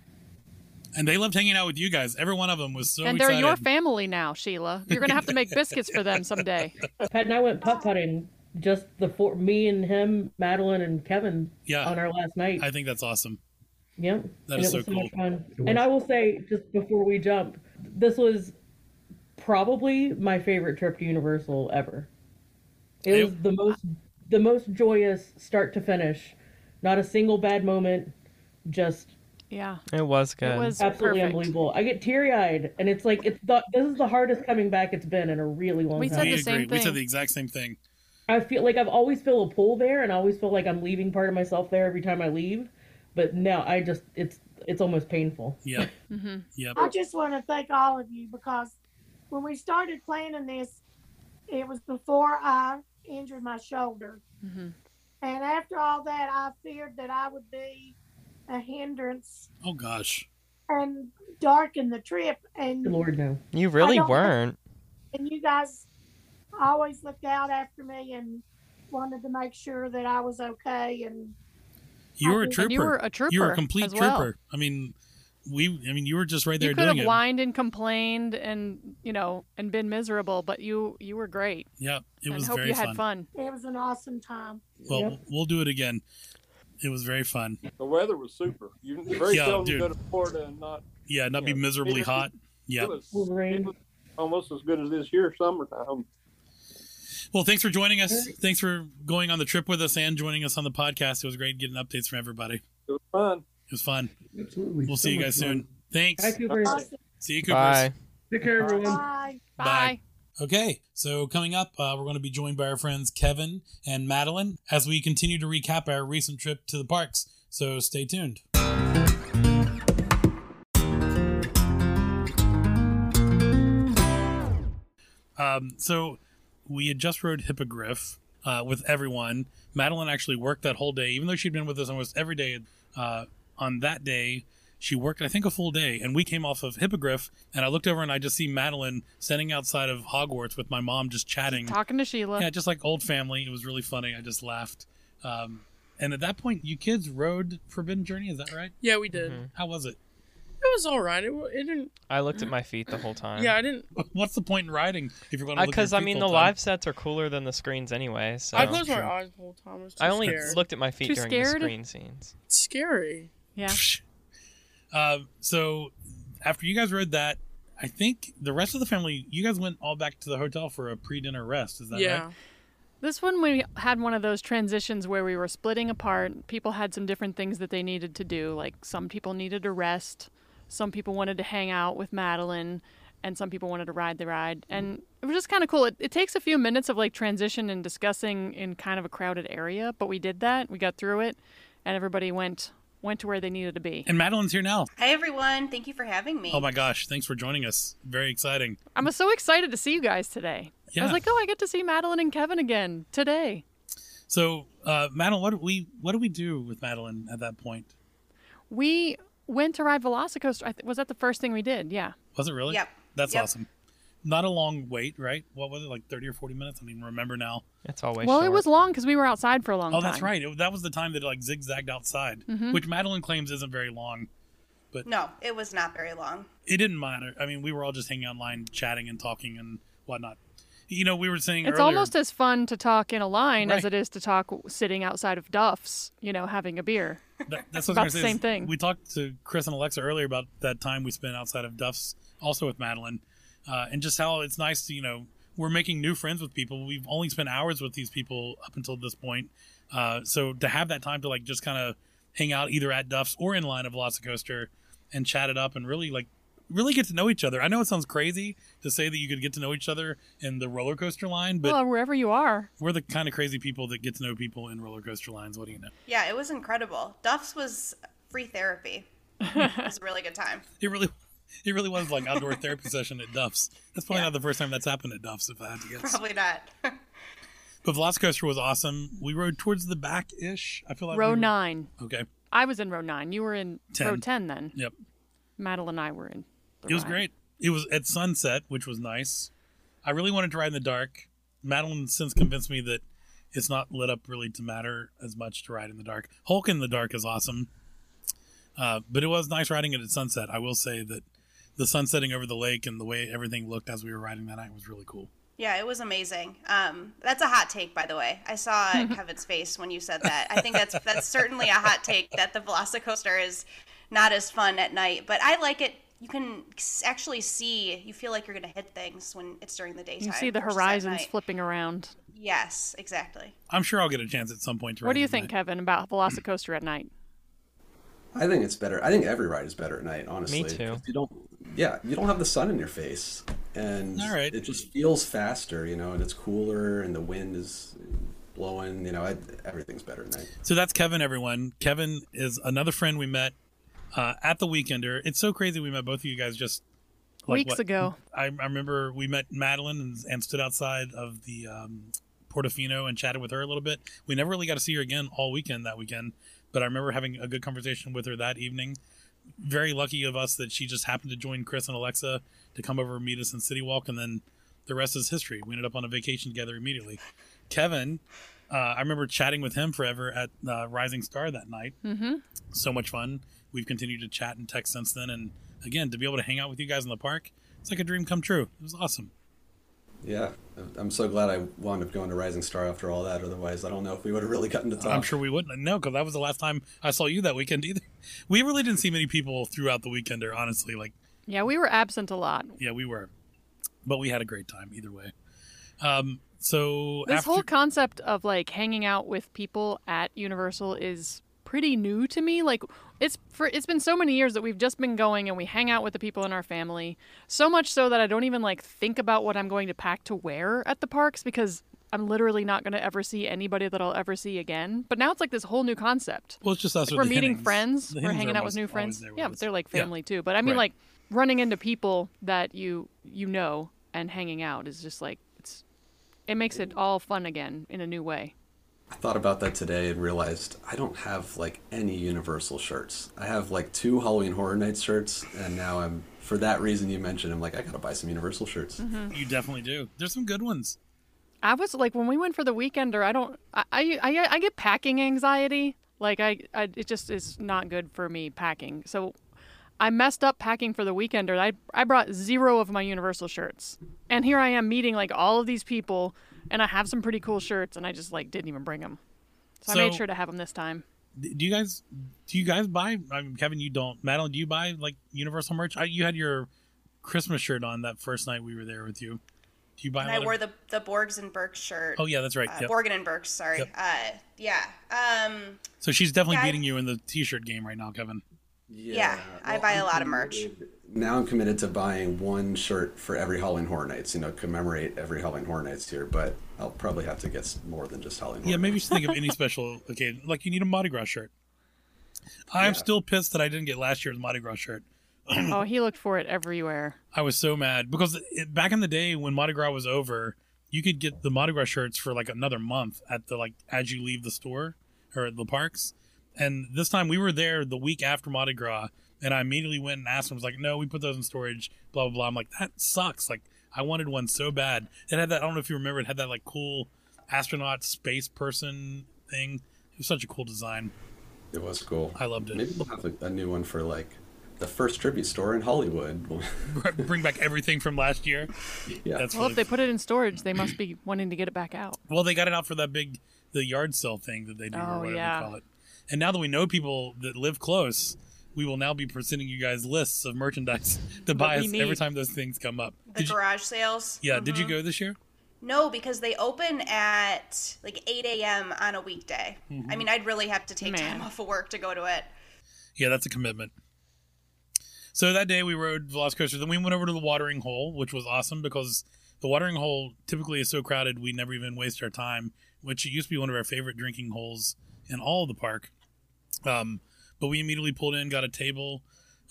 Speaker 5: And they loved hanging out with you guys. Every one of them was so
Speaker 3: and they're
Speaker 5: excited.
Speaker 3: your family now, Sheila. You're gonna have to make biscuits for them someday.
Speaker 6: Pat and I went putt putting. Just the four, me and him, Madeline and Kevin
Speaker 5: yeah.
Speaker 6: on our last night.
Speaker 5: I think that's awesome.
Speaker 6: Yep.
Speaker 5: That
Speaker 6: and
Speaker 5: is
Speaker 6: it
Speaker 5: so
Speaker 6: was so
Speaker 5: cool.
Speaker 6: much fun.
Speaker 9: was.
Speaker 6: And I will say, just before we jump, this was probably my favorite trip to Universal ever. It
Speaker 5: It-
Speaker 6: was the most the most joyous start to finish. Not a single bad moment. Just
Speaker 3: Yeah,
Speaker 2: It was good.
Speaker 3: it was
Speaker 6: absolutely
Speaker 3: perfect.
Speaker 6: unbelievable. I get teary eyed, and it's like it's the, this is the hardest coming back it's been in a really long
Speaker 3: We
Speaker 6: time.
Speaker 3: said
Speaker 5: we
Speaker 3: the same
Speaker 5: agree. We
Speaker 3: thing.
Speaker 5: said the exact same thing.
Speaker 6: I feel like I've always feel a pull there, and I always feel like I'm leaving part of myself there every time I leave. But now I just it's it's almost painful.
Speaker 5: Yep.
Speaker 3: Mm-hmm.
Speaker 5: Yep.
Speaker 7: I just want to thank all of you because when we started planning this, it was before I injured my shoulder.
Speaker 3: Mm-hmm.
Speaker 7: And after all that, I feared that I would be a hindrance
Speaker 5: Oh gosh.
Speaker 7: and darken the trip. And
Speaker 6: Good Lord, no.
Speaker 2: you really
Speaker 7: don't-
Speaker 2: weren't.
Speaker 7: and you guys always looked out after me and wanted to make sure that I was okay. And
Speaker 5: You were a
Speaker 7: And
Speaker 5: trooper.
Speaker 3: You were a trooper.
Speaker 5: You were a complete
Speaker 3: as well.
Speaker 5: trooper. I mean, we. I mean, you were just right there
Speaker 3: You could
Speaker 5: doing
Speaker 3: have
Speaker 5: it.
Speaker 3: whined and complained and you know and been miserable, but you you were great.
Speaker 5: Yep. It
Speaker 3: and
Speaker 5: was
Speaker 3: hope
Speaker 5: very
Speaker 3: you had fun.
Speaker 7: it was an awesome time.
Speaker 5: Well,
Speaker 6: Yep.
Speaker 5: we'll do it again. It was very fun.
Speaker 8: The weather was super. You very
Speaker 5: Yeah,
Speaker 8: seldom
Speaker 5: dude.
Speaker 8: go to Florida and not.
Speaker 5: Yeah, not be
Speaker 8: Yeah.
Speaker 5: miserably
Speaker 8: Yeah.
Speaker 5: hot. Yeah.
Speaker 8: It was,
Speaker 6: Will rain.
Speaker 8: it was almost as good as this year summertime.
Speaker 5: Well, thanks for joining us. Thanks for going on the trip with us and joining us on the podcast. It was great getting updates from everybody. It
Speaker 8: It was fun.
Speaker 5: was fun.
Speaker 9: Absolutely.
Speaker 5: We'll
Speaker 9: so
Speaker 5: see you
Speaker 9: much
Speaker 5: guys
Speaker 9: fun.
Speaker 5: soon. Thanks.
Speaker 6: Hi, Cooper.
Speaker 7: Awesome.
Speaker 5: See you, Coopers.
Speaker 2: Bye.
Speaker 9: Take care, everyone.
Speaker 7: Bye.
Speaker 5: Bye.
Speaker 3: Bye.
Speaker 5: Okay, so coming up, uh, we're going to be joined by our friends Kevin and Madeline as we continue to recap our recent trip to the parks. So stay tuned. Um, so we had just rode Hippogriff uh, with everyone. Madeline actually worked that whole day, even though she'd been with us almost every day. Uh, on that day, she worked, I think, a full day. And we came off of Hippogriff, and I looked over and I just see Madeline standing outside of Hogwarts with my mom just chatting.
Speaker 3: Talking to Sheila.
Speaker 5: Yeah, just like old family. It was really funny. I just laughed. Um, and at that point, you kids rode Forbidden Journey. Is that right?
Speaker 4: Yeah, we did.
Speaker 2: Mhm.
Speaker 5: How was it?
Speaker 4: It was all right. It, wa- it didn't.
Speaker 2: I looked at my feet the whole time.
Speaker 4: Yeah, I didn't.
Speaker 5: What's the point in riding if you're going to?
Speaker 2: Because I mean, the live sets are cooler than the screens anyway. So
Speaker 4: I closed
Speaker 5: Sure.
Speaker 4: my eyes the whole time. I was too
Speaker 2: I only
Speaker 4: scared.
Speaker 2: looked at my feet
Speaker 3: Too
Speaker 2: during
Speaker 3: scared?
Speaker 2: the screen scenes.
Speaker 4: It's scary.
Speaker 3: Yeah.
Speaker 5: Uh, so after you guys rode that, I think the rest of the family, you guys went all back to the hotel for a pre-dinner rest. Is that
Speaker 4: yeah.
Speaker 5: right?
Speaker 3: This one we had one of those transitions where we were splitting apart. People had some different things that they needed to do. Like some people needed to rest, some people wanted to hang out with Madeline, and some people wanted to ride the ride.
Speaker 5: Hmm.
Speaker 3: And it was just kind of cool. It, it takes a few minutes of like transition and discussing in kind of a crowded area, but we did that. We got through it, and everybody went went to where they needed to be.
Speaker 5: And Madeline's here now.
Speaker 10: Hi, everyone. Thank you for having me.
Speaker 5: Oh my gosh! Thanks for joining us. Very exciting.
Speaker 3: I'm so excited to see you guys today.
Speaker 5: Yeah.
Speaker 3: I was like, oh, I get to see Madeline and Kevin again today.
Speaker 5: so, uh, Madeline, what do we what do we do with Madeline at that point?
Speaker 3: We went to ride Velocicoaster. I th- was that the first thing we did? Yeah.
Speaker 5: Was it really?
Speaker 10: Yep.
Speaker 5: That's
Speaker 10: Yep.
Speaker 5: awesome. Not a long wait, right? What was it, like 30 or 40 minutes? I don't even remember now.
Speaker 2: It's always
Speaker 3: well,
Speaker 2: short.
Speaker 3: it was long because we were outside for a long
Speaker 5: oh,
Speaker 3: time.
Speaker 5: that's right. It, that was the time that it like zigzagged outside, which Madeline claims isn't very long.
Speaker 10: Mm-hmm. No, it was not very long.
Speaker 5: It didn't matter. I mean, we were all just hanging online, chatting and talking and whatnot. You know, we were saying
Speaker 3: It's
Speaker 5: earlier.
Speaker 3: almost as fun to talk in a line as
Speaker 5: Right.
Speaker 3: it is to talk w- sitting outside of Duff's, you know, having a beer.
Speaker 5: that- that's what I
Speaker 3: about
Speaker 5: was
Speaker 3: the
Speaker 5: gonna say,
Speaker 3: same
Speaker 5: is
Speaker 3: thing.
Speaker 5: We talked to Chris and Alexa earlier about that time we spent outside of Duff's, also with Madeline, uh, and just how it's nice to you know we're making new friends with people. We've only spent hours with these people up until this point, uh, so to have that time to like just kind of hang out either at Duff's or in line of Velocicoaster and chat it up and really like really get to know each other. I know it sounds crazy to say that you could get to know each other in the roller coaster line, but
Speaker 3: well, wherever you are.
Speaker 5: we're the kind of crazy people that get to know people in roller coaster lines. What do you know?
Speaker 10: Yeah, it was incredible. Duff's was free therapy. it was a really good time.
Speaker 5: It really, it really was like outdoor therapy session at Duff's. That's probably
Speaker 10: Yeah.
Speaker 5: not the first time that's happened at Duff's, if I had to guess.
Speaker 10: Probably not.
Speaker 5: But Velocicoaster was awesome. We rode towards the back ish. I feel like we
Speaker 3: row
Speaker 5: were-
Speaker 3: nine.
Speaker 5: Okay,
Speaker 3: I was in row nine. You were in row
Speaker 5: Ten.
Speaker 3: 10 then.
Speaker 5: Yep.
Speaker 3: Madeline and I were in. the
Speaker 5: it was
Speaker 3: ride.
Speaker 5: great. It was at sunset, which was nice. I really wanted to ride in the dark. Madeline since convinced me that it's not lit up really to matter as much to ride in the dark. Hulk in the dark is awesome, uh, but it was nice riding it at sunset. I will say that the sun setting over the lake and the way everything looked as we were riding that night was really cool.
Speaker 10: Yeah, it was amazing. Um, that's a hot take, by the way. I saw Kevin's face when you said that. I think that's that's certainly a hot take that the Velocicoaster is not as fun at night, but I like it. You can s- actually see. You feel like you're gonna hit things when it's during the daytime.
Speaker 3: You see the
Speaker 10: versus at
Speaker 3: horizons
Speaker 10: night.
Speaker 3: flipping around.
Speaker 10: Yes, exactly.
Speaker 5: I'm sure I'll get a chance at some point to.
Speaker 3: What
Speaker 5: ride
Speaker 3: do you
Speaker 5: it at
Speaker 3: think, Kevin, about Velocicoaster at night?
Speaker 11: I think it's better. I think every ride is better at night, honestly.
Speaker 2: too.
Speaker 11: 'cause You don't, yeah, you don't have the sun in your face, and
Speaker 5: All right.
Speaker 11: it just feels faster, you know, and it's cooler, and the wind is blowing, you know, I, everything's better at night.
Speaker 5: So that's Kevin, everyone. Kevin is another friend we met uh, at the Weekender. It's so crazy we met both of you guys just like,
Speaker 3: Weeks
Speaker 5: what-
Speaker 3: ago.
Speaker 5: I, I remember we met Madeline and, and stood outside of the um, Portofino and chatted with her a little bit. We never really got to see her again all weekend that weekend, but I remember having a good conversation with her that evening. Very lucky of us that she just happened to join Chris and Alexa to come over and meet us in City Walk, and then the rest is history. We ended up on a vacation together immediately. Kevin, uh, I remember chatting with him forever at uh, Rising Star that night.
Speaker 3: Mm-hmm.
Speaker 5: So much fun. We've continued to chat and text since then, and again to be able to hang out with you guys in the park, it's like a dream come true. It was awesome.
Speaker 11: Yeah, I'm so glad I wound up going to Rising Star after all that. Otherwise, I don't know if we would have really gotten to talk.
Speaker 5: I'm sure we wouldn't. No, because that was the last time I saw you that weekend either. We really didn't see many people throughout the weekender, honestly. Like,
Speaker 3: Yeah, we were absent a lot.
Speaker 5: yeah, we were, but we had a great time either way. Um, so
Speaker 3: This
Speaker 5: after
Speaker 3: whole concept of like hanging out with people at Universal is pretty new to me. Like it's for it's been so many years that we've just been going and we hang out with the people in our family. So much so that I don't even like think about what I'm going to pack to wear at the parks because I'm literally not going to ever see anybody that I'll ever see again. But now it's like this whole new concept.
Speaker 5: well, it's just us.
Speaker 3: Like,
Speaker 5: with
Speaker 3: we're
Speaker 5: the
Speaker 3: meeting
Speaker 5: Hennings.
Speaker 3: friends.
Speaker 5: The
Speaker 3: We're
Speaker 5: Hennings
Speaker 3: hanging
Speaker 5: are
Speaker 3: out with
Speaker 5: almost
Speaker 3: new
Speaker 5: always
Speaker 3: friends.
Speaker 5: there with
Speaker 3: Yeah,
Speaker 5: us.
Speaker 3: but they're like
Speaker 5: Yeah.
Speaker 3: family too. But I mean,
Speaker 5: Right.
Speaker 3: like running into people that you you know and hanging out is just like it's it makes it all fun again in a new way.
Speaker 11: I thought about that today and realized I don't have like any Universal shirts. I have like two Halloween Horror Nights shirts, and now I'm for that reason you mentioned. I'm like, I gotta buy some Universal
Speaker 5: Mm-hmm.
Speaker 11: shirts.
Speaker 5: You definitely do. There's some good ones.
Speaker 3: Mm-hmm. I was like when we went for the weekender. I don't. I I, I, I get packing anxiety. Like I, I it just is not good for me packing. So I messed up packing for the weekender. I I brought zero of my Universal shirts, and here I am meeting like all of these people, and I have some pretty cool shirts, and I just like didn't even bring them. So, I made
Speaker 5: So-
Speaker 3: sure to have them this time.
Speaker 5: D- Do you guys? Do you guys buy? I mean, Kevin, you don't. Madeline, do you buy like Universal merch? I, you had your Christmas shirt on that first night we were there with you. Do you buy?
Speaker 10: And
Speaker 5: a
Speaker 10: I
Speaker 5: lot
Speaker 10: wore
Speaker 5: of,
Speaker 10: the the Borgs and Burke shirt.
Speaker 5: Oh yeah, that's right.
Speaker 10: Uh,
Speaker 5: Yep.
Speaker 10: Borgen and Burke, sorry.
Speaker 5: Yep.
Speaker 10: Uh, yeah. Um,
Speaker 5: So she's definitely
Speaker 10: Yeah, I-
Speaker 5: beating you in the t-shirt game right now, Kevin.
Speaker 10: yeah, I buy a lot of merch.
Speaker 11: Now I'm committed to buying one shirt for every Halloween Horror Nights. You know, commemorate every Halloween Horror Nights here, but I'll probably have to get s- more than just Halloween.
Speaker 5: Yeah,
Speaker 11: Horror
Speaker 5: maybe you should think of any special occasion. Like you need a Mardi Gras shirt. I'm still pissed that I didn't get last year's Mardi Gras shirt.
Speaker 3: oh, he looked for it everywhere.
Speaker 5: I was so mad because it, back in the day when Mardi Gras was over, you could get the Mardi Gras shirts for like another month at the like as you leave the store or the parks. And this time we were there the week after Mardi Gras, and I immediately went and asked them. I was like, "No, we put those in storage." Blah blah blah. I'm like, "That sucks." Like I wanted one so bad. It had that. I don't know if you remember. It had that like cool astronaut space person thing. It was such a cool design.
Speaker 11: It was cool.
Speaker 5: I loved it.
Speaker 11: Maybe we'll have a, a new one for like the first tribute store in Hollywood.
Speaker 5: Bring back everything from last year.
Speaker 11: yeah,
Speaker 5: That's
Speaker 3: Well,
Speaker 5: really
Speaker 3: if they put it in storage, they must be wanting to get it back out.
Speaker 5: Well, they got it out for that big the yard sale thing that they do
Speaker 3: Oh,
Speaker 5: or whatever
Speaker 3: yeah.
Speaker 5: they call it. And now that we know people that live close, we will now be presenting you guys lists of merchandise to buy
Speaker 3: we
Speaker 5: us every
Speaker 3: need. Uh-huh.
Speaker 5: time those things come up.
Speaker 10: The
Speaker 5: Did you,
Speaker 10: garage sales. Mm-hmm.
Speaker 5: yeah, did you go this year?
Speaker 10: No, because they open at like 8 a.m. on a weekday.
Speaker 5: Mm-hmm.
Speaker 10: I mean, I'd really have to take
Speaker 3: Man.
Speaker 10: time off of work to go to it.
Speaker 5: Yeah, that's a commitment. So that day we rode Velocicoaster. Then we went over to the watering hole, which was awesome because the watering hole typically is so crowded we never even waste our time, which it used to be one of our favorite drinking holes in all of the park. Um, but we immediately pulled in, got a table.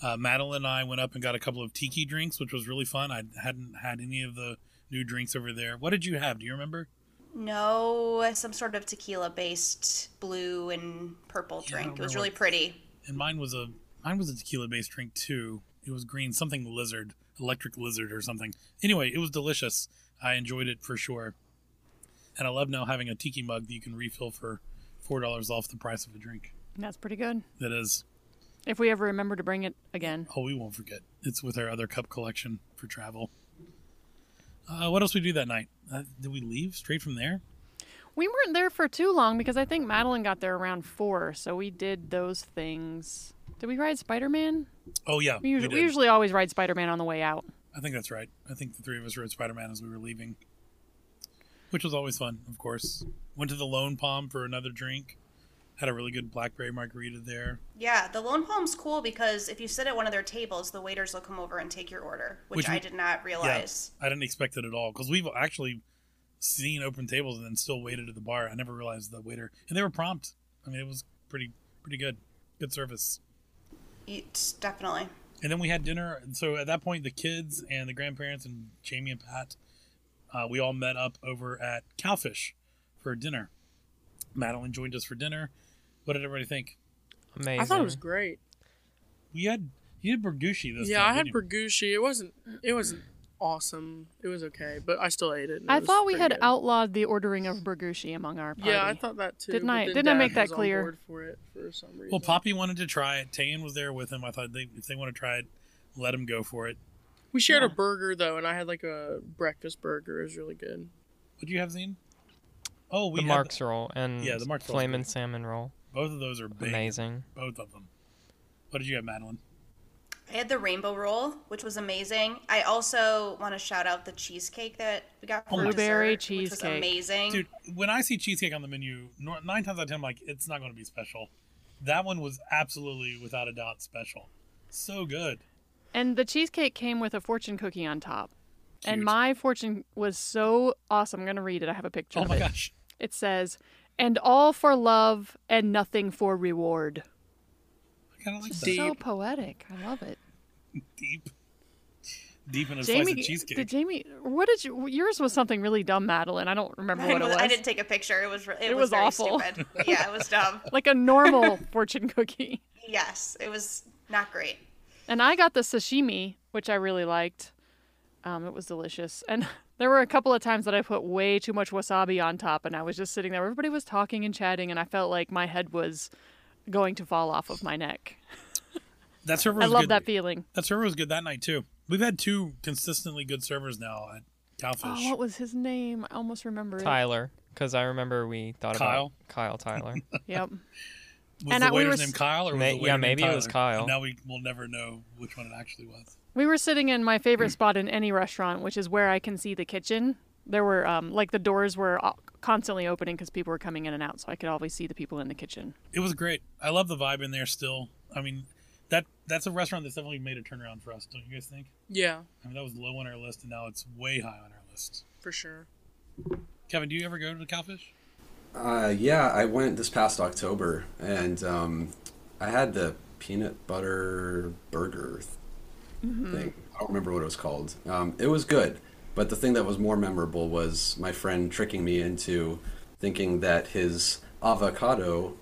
Speaker 5: Uh, Madeline and I went up and got a couple of tiki drinks, which was really fun. I hadn't had any of the new drinks over there. What did you have? Do you remember?
Speaker 10: No, some sort of tequila based blue and purple
Speaker 5: I
Speaker 10: drink.
Speaker 5: don't
Speaker 10: It was
Speaker 5: remember.
Speaker 10: really pretty.
Speaker 5: And mine was a mine was a tequila based drink too. It was green, something lizard, electric lizard or something. Anyway, it was delicious. I enjoyed it for sure. And I love now having a tiki mug that you can refill for four dollars off the price of a drink.
Speaker 3: That's pretty good.
Speaker 5: That is,
Speaker 3: If we ever remember to bring it again.
Speaker 5: oh, we won't forget. It's with our other cup collection for travel. Uh, what else we do that night? Uh, did we leave straight from there?
Speaker 3: We weren't there for too long because I think Madeline got there around four, so we did those things. Did we ride Spider Man?
Speaker 5: Oh yeah,
Speaker 3: we usually, we,
Speaker 5: did.
Speaker 3: usually always ride Spider Man on the way out.
Speaker 5: I think that's right. I think the three of us rode Spider Man as we were leaving, which was always fun, of course. Went to the Lone Palm for another drink. Had a really good blackberry margarita there,
Speaker 10: Yeah, the Lone Palm's cool because if you sit at one of their tables, the waiters will come over and take your order, which, I
Speaker 5: we-
Speaker 10: did not
Speaker 5: yeah,
Speaker 10: realize.
Speaker 5: I didn't expect it at all because we've actually seen open tables and then still waited at the bar. I never realized the waiter, and they were prompt. I mean, it was pretty pretty good, good service.
Speaker 10: Eat, definitely.
Speaker 5: And then we had dinner. So at that point, the kids and the grandparents and Jamie and Pat, uh, we all met up over at Cowfish for dinner. Madeline joined us for dinner. What did everybody think?
Speaker 2: Amazing.
Speaker 4: I thought it was great.
Speaker 5: We had you had Bergucci this
Speaker 4: yeah,
Speaker 5: time.
Speaker 4: I had
Speaker 5: didn't you?
Speaker 4: Bergushi. It wasn't. It wasn't awesome. It was okay, but I still ate it. and it
Speaker 3: I
Speaker 4: was
Speaker 3: thought we
Speaker 4: pretty
Speaker 3: had
Speaker 4: good.
Speaker 3: outlawed the ordering of Bergushi among our party.
Speaker 4: Yeah, I thought that too.
Speaker 3: Didn't
Speaker 4: but
Speaker 3: I?
Speaker 4: then
Speaker 3: Didn't I
Speaker 4: Dad
Speaker 3: make that
Speaker 4: was on
Speaker 3: clear?
Speaker 4: board for it for some reason.
Speaker 5: Well, Poppy wanted to try it. Tan was there with him. I thought they, if they want to try it, let them go for it.
Speaker 4: We shared a burger though, and I had like a breakfast burger. It was really good.
Speaker 5: What do you have, Zine? Oh, we
Speaker 2: the
Speaker 5: had
Speaker 2: Mark's roll and
Speaker 5: Yeah, the Mark's roll's
Speaker 2: flamin'
Speaker 5: great.
Speaker 2: salmon roll.
Speaker 5: Both of those are big.
Speaker 2: Amazing.
Speaker 5: Both of them. What did you have, Madeline?
Speaker 10: I had the rainbow roll, which was amazing. I also want to shout out the cheesecake that we got for
Speaker 3: Blueberry
Speaker 10: dessert, which was
Speaker 3: cheesecake.
Speaker 10: amazing.
Speaker 5: Oh Dude, when I see cheesecake on the menu, nor- nine times out of ten, I'm like, it's not going to be special. That one was absolutely, without a doubt, special. So good.
Speaker 3: And the cheesecake came with a fortune cookie on top. And
Speaker 5: Cute.
Speaker 3: my fortune was so awesome. I'm going to read it. I have a picture
Speaker 5: Oh
Speaker 3: of
Speaker 5: my
Speaker 3: it.
Speaker 5: gosh.
Speaker 3: It says, and all for love and nothing for reward.
Speaker 5: I kind of like
Speaker 3: It's
Speaker 5: that.
Speaker 3: just so poetic. I love it.
Speaker 5: Deep. Deep in a slice
Speaker 3: Jamie,
Speaker 5: of cheesecake.
Speaker 3: did Jamie, what did you, yours was something really dumb, Madeline. I don't remember
Speaker 10: Mine
Speaker 3: what it was.
Speaker 10: was- I didn't take a picture. It was re- it,
Speaker 3: It
Speaker 10: was,
Speaker 3: was
Speaker 10: very
Speaker 3: awful.
Speaker 10: stupid. yeah, it was dumb.
Speaker 3: like a normal fortune cookie.
Speaker 10: Yes, it was not great.
Speaker 3: And I got the sashimi, which I really liked. Um, it was delicious. And there were a couple of times that I put way too much wasabi on top, and I was just sitting there. Everybody was talking and chatting, and I felt like my head was going to fall off of my neck.
Speaker 5: that server
Speaker 3: I
Speaker 5: was
Speaker 3: love
Speaker 5: good.
Speaker 3: that feeling.
Speaker 5: That server was good that night, too. We've had two consistently good servers now at Cowfish.
Speaker 3: Oh, what was his name? I almost remember it.
Speaker 2: Tyler, because I remember we thought
Speaker 5: Kyle?
Speaker 2: about Kyle Tyler.
Speaker 3: Yep.
Speaker 5: was
Speaker 3: and
Speaker 5: the
Speaker 3: I- we
Speaker 5: waiter's
Speaker 3: were s-
Speaker 5: name Kyle? Or was
Speaker 2: Ma-
Speaker 5: the waiter
Speaker 2: yeah,
Speaker 5: named
Speaker 2: maybe it was
Speaker 5: Tyler?
Speaker 2: Kyle.
Speaker 5: And now we will never know which one it actually was.
Speaker 3: We were sitting in my favorite spot in any restaurant, which is where I can see the kitchen. There were, um, like, the doors were o- constantly opening because people were coming in and out, so I could always see the people in the kitchen.
Speaker 5: It was great. I love the vibe in there still. I mean, that that's a restaurant that's definitely made a turnaround for us, don't you guys think?
Speaker 4: Yeah,
Speaker 5: I mean, that was low on our list, and now it's way high on our list.
Speaker 4: for sure.
Speaker 5: Kevin, do you ever go to the Cowfish?
Speaker 11: Uh, yeah, I went this past October, and um, I had the peanut butter burger
Speaker 3: Mm. Mm-hmm.
Speaker 11: thing. I don't remember what it was called. Um, it was good, but the thing that was more memorable was my friend tricking me into thinking that his avocado,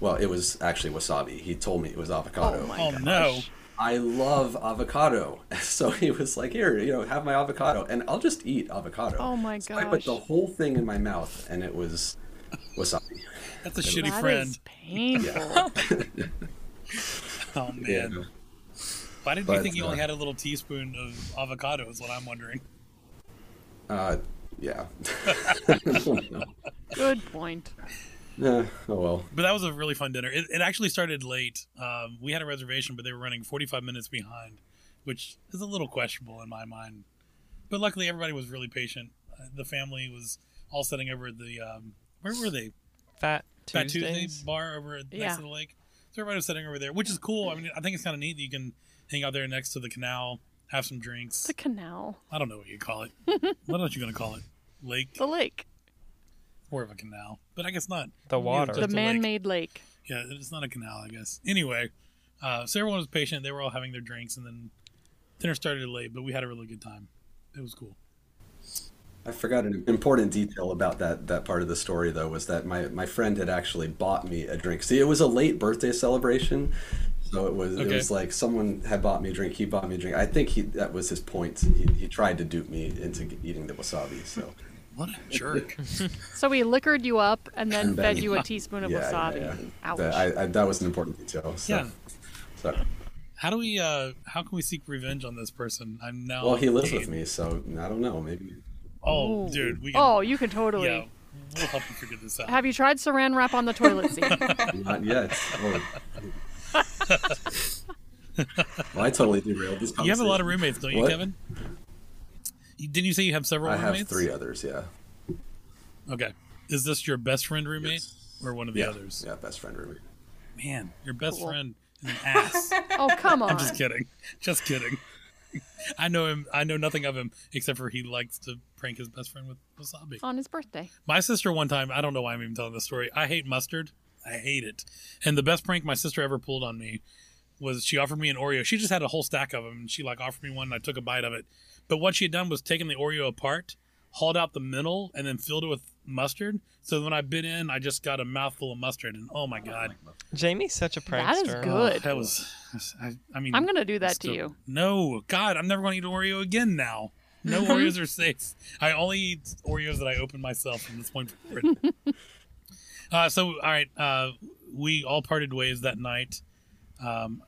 Speaker 11: well, it was actually wasabi. He told me it was avocado.
Speaker 5: Oh no!
Speaker 11: I love avocado. So he was like, "Here, you know, have my avocado, and I'll just eat avocado."
Speaker 3: Oh my
Speaker 11: I put
Speaker 3: gosh.
Speaker 11: the whole thing in my mouth, and it was wasabi.
Speaker 5: That's a
Speaker 11: That
Speaker 5: shitty
Speaker 3: That
Speaker 5: friend.
Speaker 3: is painful.
Speaker 5: Oh man!
Speaker 11: Yeah.
Speaker 5: Why did you
Speaker 11: But,
Speaker 5: think you only
Speaker 11: uh,
Speaker 5: had a little teaspoon of avocado? Is what I'm wondering.
Speaker 11: Uh, yeah.
Speaker 3: Good point.
Speaker 11: yeah. Oh well.
Speaker 5: But that was a really fun dinner. It, it actually started late. Um, we had a reservation, but they were running 45 minutes behind, which is a little questionable in my mind. But luckily, everybody was really patient. Uh, the family was all sitting over at the um, where were they?
Speaker 2: Fat
Speaker 5: Fat
Speaker 2: Tuesdays.
Speaker 5: Tuesday bar over at, next
Speaker 3: Yeah.
Speaker 5: to the lake. So everybody was sitting over there, which is cool. I mean, I think it's kind of neat that you can hang out there next to the canal, have some drinks.
Speaker 3: The canal.
Speaker 5: I don't know what you call it. what else you gonna call it? Lake
Speaker 3: The lake.
Speaker 5: or of a canal, but I guess not.
Speaker 2: The
Speaker 5: Maybe it's
Speaker 2: water.
Speaker 5: just
Speaker 3: The
Speaker 5: a lake.
Speaker 3: man made lake.
Speaker 5: Yeah, it's not a canal, I guess. Anyway, uh, so everyone was patient. They were all having their drinks, and then dinner started late, but we had a really good time. It was cool.
Speaker 11: I forgot an important detail about that that part of the story though was that my my friend had actually bought me a drink. See, it was a late birthday celebration, So it was it
Speaker 2: Okay.
Speaker 11: was like someone had bought me a drink. He bought me a drink. I think he that was his point. He, he tried to dupe me into g- eating the wasabi. So
Speaker 5: what a jerk.
Speaker 3: So we liquored you up and then
Speaker 11: And then-
Speaker 3: fed you a teaspoon of
Speaker 11: Yeah,
Speaker 3: wasabi.
Speaker 11: yeah, yeah.
Speaker 3: Ouch.
Speaker 11: That, I, I, that was an important detail. So.
Speaker 5: Yeah.
Speaker 11: So,
Speaker 5: How do we? uh How can we seek revenge on this person? I'm now.
Speaker 11: well, he lives with
Speaker 5: paid.
Speaker 11: me, so I don't know. Maybe.
Speaker 5: Oh,
Speaker 3: Ooh.
Speaker 5: dude, we. Can,
Speaker 3: Oh, you can totally.
Speaker 5: Yeah, we'll help you figure this out.
Speaker 3: Have you tried saran wrap on the toilet seat?
Speaker 11: Not yet. Oh. Well, well, I totally derailed this.
Speaker 5: You have a lot of
Speaker 11: conversation.
Speaker 5: roommates, don't you,
Speaker 11: What?
Speaker 5: Kevin? You- Didn't you say you have several
Speaker 11: I have
Speaker 5: roommates?
Speaker 11: three others. Yeah.
Speaker 5: Okay. Is this your best friend roommate or one of the
Speaker 11: yeah.
Speaker 5: others?
Speaker 11: Yeah, best friend roommate.
Speaker 5: Man, your best
Speaker 3: Cool.
Speaker 5: friend is an ass.
Speaker 3: oh, come on.
Speaker 5: I'm just kidding. Just kidding. I know him. I know nothing of him except for he likes to prank his best friend with wasabi.
Speaker 3: On his birthday.
Speaker 5: My sister one time, I don't know why I'm even telling this story. I hate mustard. I hate it. And the best prank my sister ever pulled on me was she offered me an Oreo. She just had a whole stack of them and she like offered me one and I took a bite of it. But what she had done was taken the Oreo apart, hauled out the middle and then filled it with mustard. So when I bit in, I just got a mouthful of mustard and oh my god.
Speaker 2: Jamie's such a prankster.
Speaker 3: That is good.
Speaker 5: that was I, I mean
Speaker 3: I'm gonna do that
Speaker 5: still-
Speaker 3: to you.
Speaker 5: No, god, I'm never going to eat an Oreo again now. No Oreos are safe. I only eat Oreos that I open myself from this point forward. Uh, so, all right, uh, we all parted ways that night. Um,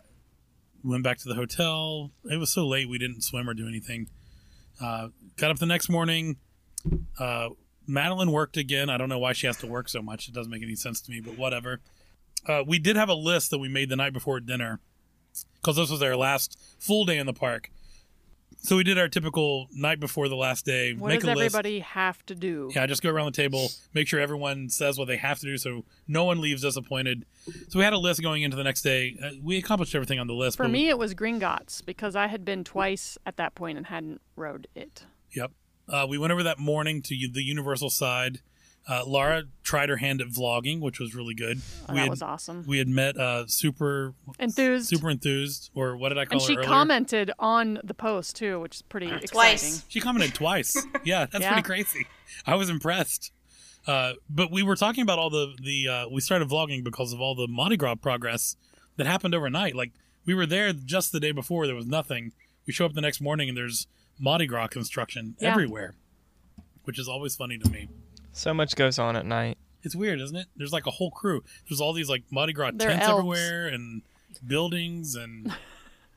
Speaker 5: went back to the hotel. It was so late we didn't swim or do anything. Uh, got up the next morning. Uh, Madeline worked again. I don't know why she has to work so much. It doesn't make any sense to me, but whatever. Uh, we did have a list that we made the night before dinner because this was our last full day in the park. So we did our typical night before the last day.
Speaker 3: What
Speaker 5: make
Speaker 3: does
Speaker 5: a list.
Speaker 3: everybody have to do?
Speaker 5: Yeah, just go around the table, make sure everyone says what they have to do so no one leaves disappointed. So we had a list going into the next day. Uh, we accomplished everything on the list.
Speaker 3: For
Speaker 5: but we-
Speaker 3: me, it was Gringotts because I had been twice at that point and hadn't rode it.
Speaker 5: Yep. Uh, we went over that morning to u- the Universal side. Uh, Laura tried her hand at vlogging, which was really good.
Speaker 3: Oh,
Speaker 5: we
Speaker 3: that
Speaker 5: had,
Speaker 3: was awesome.
Speaker 5: We had met uh, super
Speaker 3: Enthused.
Speaker 5: super enthused, or what did I call
Speaker 3: and
Speaker 5: her
Speaker 3: she
Speaker 5: earlier?
Speaker 3: commented on the post too, which is pretty exciting.
Speaker 10: Twice.
Speaker 5: She commented twice. Yeah, that's
Speaker 3: Yeah.
Speaker 5: pretty crazy. I was impressed. Uh, but we were talking about all the the uh, we started vlogging because of all the Mardi Gras progress that happened overnight. Like we were there just the day before, there was nothing. We show up the next morning and there's Mardi Gras construction
Speaker 3: Yeah.
Speaker 5: everywhere, which is always funny to me.
Speaker 2: So much goes on at night.
Speaker 5: It's weird, isn't it? There's like a whole crew. There's all these like Mardi Gras
Speaker 3: They're
Speaker 5: tents
Speaker 3: elves.
Speaker 5: everywhere and buildings, and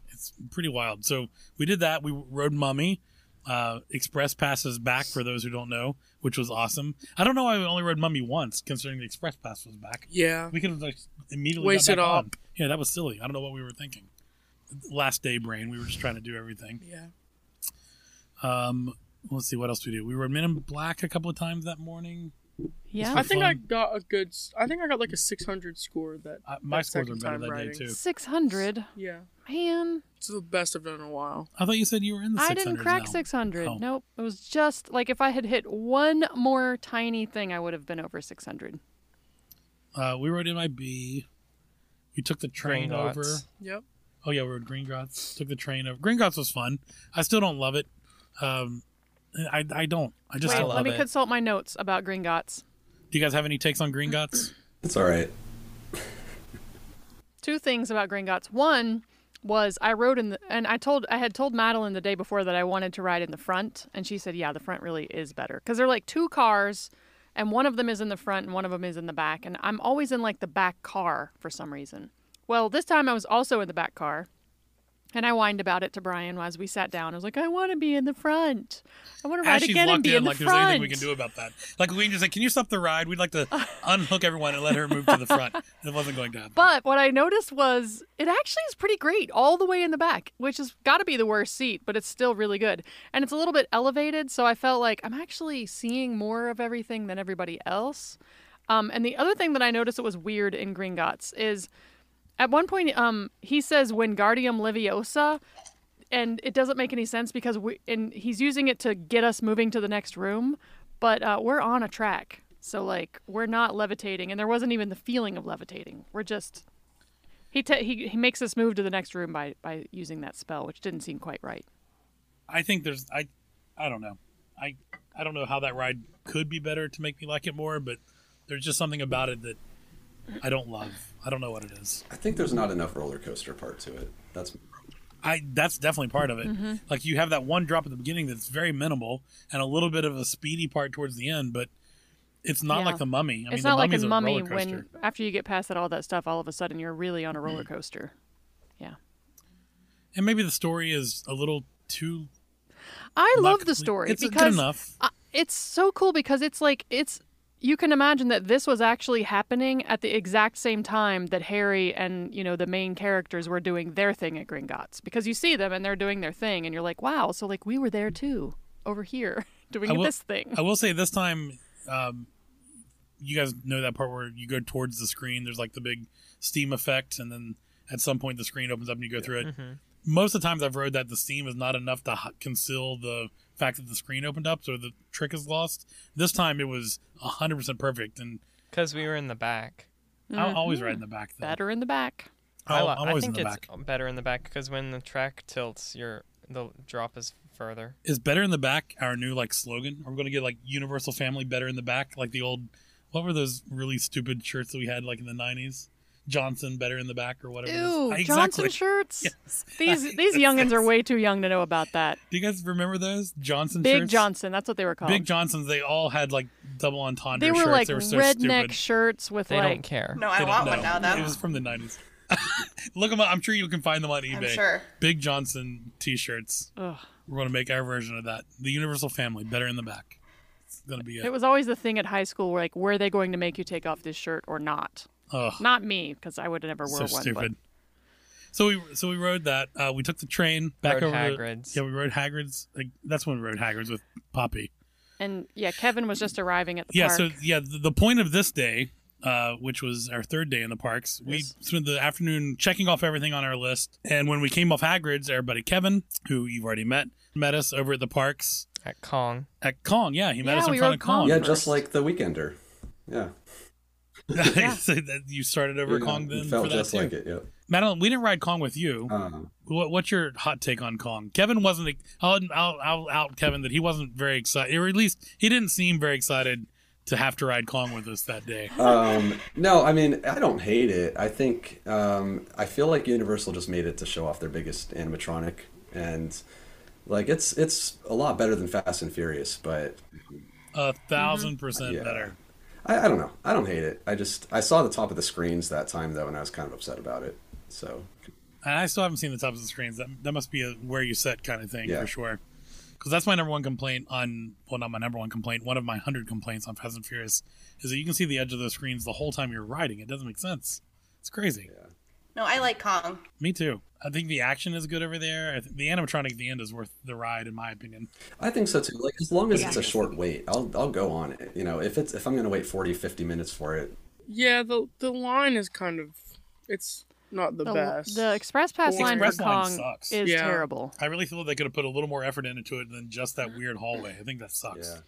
Speaker 5: it's pretty wild. So we did that. We rode Mummy. Uh, express passes back for those who don't know, which was awesome. I don't know why we only rode Mummy once, considering the express pass was back.
Speaker 4: Yeah.
Speaker 5: We could have like immediately
Speaker 4: Waste
Speaker 5: got
Speaker 4: it
Speaker 5: back
Speaker 4: all.
Speaker 5: on. Yeah, that was silly. I don't know what we were thinking. Last day brain. We were just trying to do everything.
Speaker 4: Yeah.
Speaker 5: Um, let's see what else we do. We rode Men in Black a couple of times that morning.
Speaker 3: Yeah,
Speaker 5: For
Speaker 4: I think I
Speaker 5: fun.
Speaker 4: got a good. s- I think I got like a 600 score that.
Speaker 5: Uh, my
Speaker 4: that
Speaker 5: scores
Speaker 4: second
Speaker 5: were better
Speaker 4: time
Speaker 5: that
Speaker 4: riding.
Speaker 5: day too.
Speaker 3: six hundred.
Speaker 4: Yeah,
Speaker 3: Man,
Speaker 4: it's the best I've done in a while.
Speaker 5: I thought you said you were in the. 600s
Speaker 3: I didn't crack
Speaker 5: now.
Speaker 3: 600.
Speaker 5: Oh.
Speaker 3: Nope. It was just like if I had hit one more tiny thing, I would have been over 600.
Speaker 5: Uh, we rode MIB. We took the train
Speaker 2: Gringotts.
Speaker 5: over.
Speaker 4: Yep.
Speaker 5: Oh yeah, we rode Gringotts. Took the train over. Gringotts was fun. I still don't love it. Um, I I don't. I just
Speaker 3: Wait,
Speaker 5: don't.
Speaker 2: love
Speaker 3: let me
Speaker 2: it.
Speaker 3: consult my notes about Gringotts.
Speaker 5: Do you guys have any takes on Gringotts?
Speaker 11: It's all right.
Speaker 3: Two things about Gringotts. One was I rode in the, and I told I had told Madeline the day before that I wanted to ride in the front, and she said, "Yeah, the front really is better because they're like two cars." And one of them is in the front and one of them is in the back. And I'm always in like the back car for some reason. Well, this time I was also in the back car. And I whined about it to Brian as we sat down. I was like, I want to be in the front. I want to ride
Speaker 5: As she's
Speaker 3: again and
Speaker 5: locked
Speaker 3: be
Speaker 5: in,
Speaker 3: in the
Speaker 5: like
Speaker 3: front.
Speaker 5: there's anything we can do about that. Like we can just say, can you stop the ride? We'd like to unhook everyone and let her move to the front. It wasn't going to happen.
Speaker 3: But what I noticed was it actually is pretty great all the way in the back, which has got to be the worst seat, but it's still really good. And it's a little bit elevated, so I felt like I'm actually seeing more of everything than everybody else. Um, and the other thing that I noticed that was weird in Gringotts is at one point um, he says Wingardium Leviosa, and it doesn't make any sense because we and he's using it to get us moving to the next room, but uh, we're on a track, so like we're not levitating, and there wasn't even the feeling of levitating. We're just he ta he he makes us move to the next room by by using that spell, which didn't seem quite right.
Speaker 5: I think there's I I don't know. I I don't know how that ride could be better to make me like it more, but there's just something about it that I don't love. I don't know what it is.
Speaker 11: I think there's not enough roller coaster part to it. That's
Speaker 5: I that's definitely part of it.
Speaker 3: Mm-hmm.
Speaker 11: Mhm.
Speaker 5: Like you have that one drop at the beginning that's very minimal, and a little bit of a speedy part towards the end, but it's not
Speaker 3: Yeah.
Speaker 5: like the mummy. I mean,
Speaker 3: it's
Speaker 5: the
Speaker 3: not like
Speaker 5: mummy's
Speaker 3: a mummy
Speaker 5: roller coaster. Mm.
Speaker 3: when after you get past that all that stuff, all of a sudden you're really on a roller coaster. Yeah,
Speaker 5: and maybe the story is a little too.
Speaker 3: I
Speaker 5: not
Speaker 3: love the
Speaker 5: complete-
Speaker 3: story
Speaker 5: It's
Speaker 3: because
Speaker 5: good enough.
Speaker 3: I- it's so cool because it's like it's you can imagine that this was actually happening at the exact same time that Harry and you know the main characters were doing their thing at Gringotts because you see them and they're doing their thing and you're like wow so like we were there too over here doing
Speaker 5: I will,
Speaker 3: this thing
Speaker 5: I will say this time, um, you guys know that part where you go towards the screen. There's like the big steam effect, and then at some point the screen opens up and you go through it.
Speaker 2: Mhm.
Speaker 5: Most of the times I've rode that the steam is not enough to h- conceal the fact that the screen opened up, so the trick is lost. This time it was 100% perfect, and
Speaker 2: because we were in the back.
Speaker 3: Mm-hmm.
Speaker 5: I'm always right in the back. Though.
Speaker 3: better in the back
Speaker 5: Oh,
Speaker 2: lo-
Speaker 5: I'm always in
Speaker 2: think
Speaker 5: the
Speaker 2: it's better in the back because when the track tilts, your the drop is further.
Speaker 5: Is better in the back our new like slogan? We're going to get like Universal Family better in the back, like the old. What were those really stupid shirts that we had like in the 90s? Johnson better in the back or whatever. it is.
Speaker 3: ew
Speaker 5: Exactly.
Speaker 3: Johnson shirts
Speaker 5: Yes.
Speaker 3: these these youngins are way too young to know about that
Speaker 5: Do you guys remember those Johnson
Speaker 3: Big
Speaker 5: shirts?
Speaker 3: Johnson that's what they were called
Speaker 5: Big Johnsons. They all had like double entendre
Speaker 3: they were
Speaker 5: shirts.
Speaker 3: like
Speaker 5: they were so
Speaker 3: redneck
Speaker 5: stupid.
Speaker 3: shirts with
Speaker 5: They
Speaker 3: like
Speaker 5: don't care.
Speaker 10: No, I
Speaker 5: They don't
Speaker 10: want one
Speaker 5: know.
Speaker 10: now, though.
Speaker 5: It was from the nineties. Look them up. I'm sure you can find them on eBay.
Speaker 10: sure.
Speaker 5: Big Johnson T-shirts.
Speaker 3: Ugh.
Speaker 5: We're going to make our version of that. The Universal Family, better in the back. It's going to be uh, it.
Speaker 3: It was always the thing at high school where like, were they going to make you take off this shirt or not?
Speaker 5: Ugh.
Speaker 3: Not me, because I would never
Speaker 5: so
Speaker 3: wear one.
Speaker 5: stupid. So we so we rode that. Uh, we took the train back
Speaker 2: Rode
Speaker 5: over. to-
Speaker 2: Hagrid's.
Speaker 5: yeah, we rode Hagrid's. Like, that's when we rode Hagrid's with Poppy.
Speaker 3: But... And yeah, Kevin was just arriving at the
Speaker 5: yeah
Speaker 3: park.
Speaker 5: so yeah the, the point of this day uh, which was our third day in the parks we
Speaker 3: Yes.
Speaker 5: spent the afternoon checking off everything on our list and when we came off hagrid's our buddy kevin who you've already met met us over at the parks
Speaker 2: at kong
Speaker 5: at kong yeah he met
Speaker 11: Yeah,
Speaker 5: us in
Speaker 11: we
Speaker 5: front
Speaker 11: rode
Speaker 5: of kong
Speaker 11: yeah, just like the Weekender. Yeah,
Speaker 5: So that you started over
Speaker 11: Yeah,
Speaker 5: kong
Speaker 11: it
Speaker 5: then
Speaker 11: felt
Speaker 5: for that
Speaker 11: just
Speaker 5: too.
Speaker 11: like it. Uh-huh. Yep.
Speaker 5: madeline we didn't ride kong with you what, what's your hot take on kong kevin wasn't I'll, I'll, I'll out kevin that he wasn't very excited or at least he didn't seem very excited to have to ride kong with us that day
Speaker 11: um, no, I mean, I don't hate it. I think um, I feel like Universal just made it to show off their biggest animatronic, and like it's it's a lot better than Fast and Furious, but
Speaker 5: a
Speaker 3: Mm-hmm.
Speaker 5: 1000 percent
Speaker 11: Yeah.
Speaker 5: better
Speaker 11: I, I don't know. I don't hate it. I just I saw the top of the screens that time though, and I was kind of upset about it. So
Speaker 5: And I still haven't seen the tops of the screens. That, that must be a where you sit kind of thing
Speaker 11: Yeah.
Speaker 5: for sure. Because that's my number one complaint on well, not my number one complaint. One of my hundred complaints on Fast and Furious is that you can see the edge of those screens the whole time you're riding. It doesn't make sense. It's crazy.
Speaker 10: No, I like Kong.
Speaker 5: Me too. I think the action is good over there. I th- the animatronic at the end is worth the ride, in my opinion.
Speaker 11: I think so too. Like as long as it's
Speaker 5: Yeah.
Speaker 11: a short wait, I'll I'll go on it. You know, if it's if I'm gonna wait 40, 50 minutes for it,
Speaker 4: Yeah, the the line is kind of it's not the,
Speaker 3: The-
Speaker 4: best.
Speaker 3: the express pass line for
Speaker 5: Express line
Speaker 3: Kong
Speaker 5: sucks.
Speaker 3: is terrible.
Speaker 5: I really feel they could have put a little more effort into it than just that weird hallway. I think that sucks.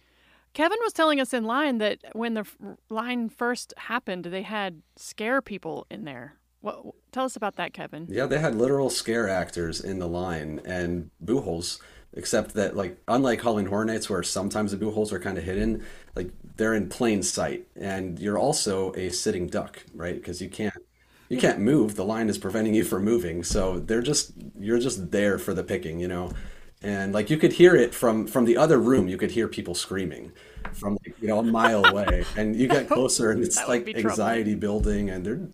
Speaker 3: Kevin was telling us in line that when the f- line first happened, they had scare people in there. What? Tell us about that, Kevin.
Speaker 11: Yeah, they had literal scare actors in the line and boo holes, except that like unlike Howling Hornets where sometimes the boo holes are kind of hidden, like they're in plain sight and you're also a sitting duck, right? Because you can't you can't move. The line is preventing you from moving. So they're just you're just there for the picking, you know. And like you could hear it from from the other room, you could hear people screaming from like, you know a mile away. And you get closer and it's
Speaker 3: That would
Speaker 11: like
Speaker 3: be troubling.
Speaker 11: anxiety building and they're it-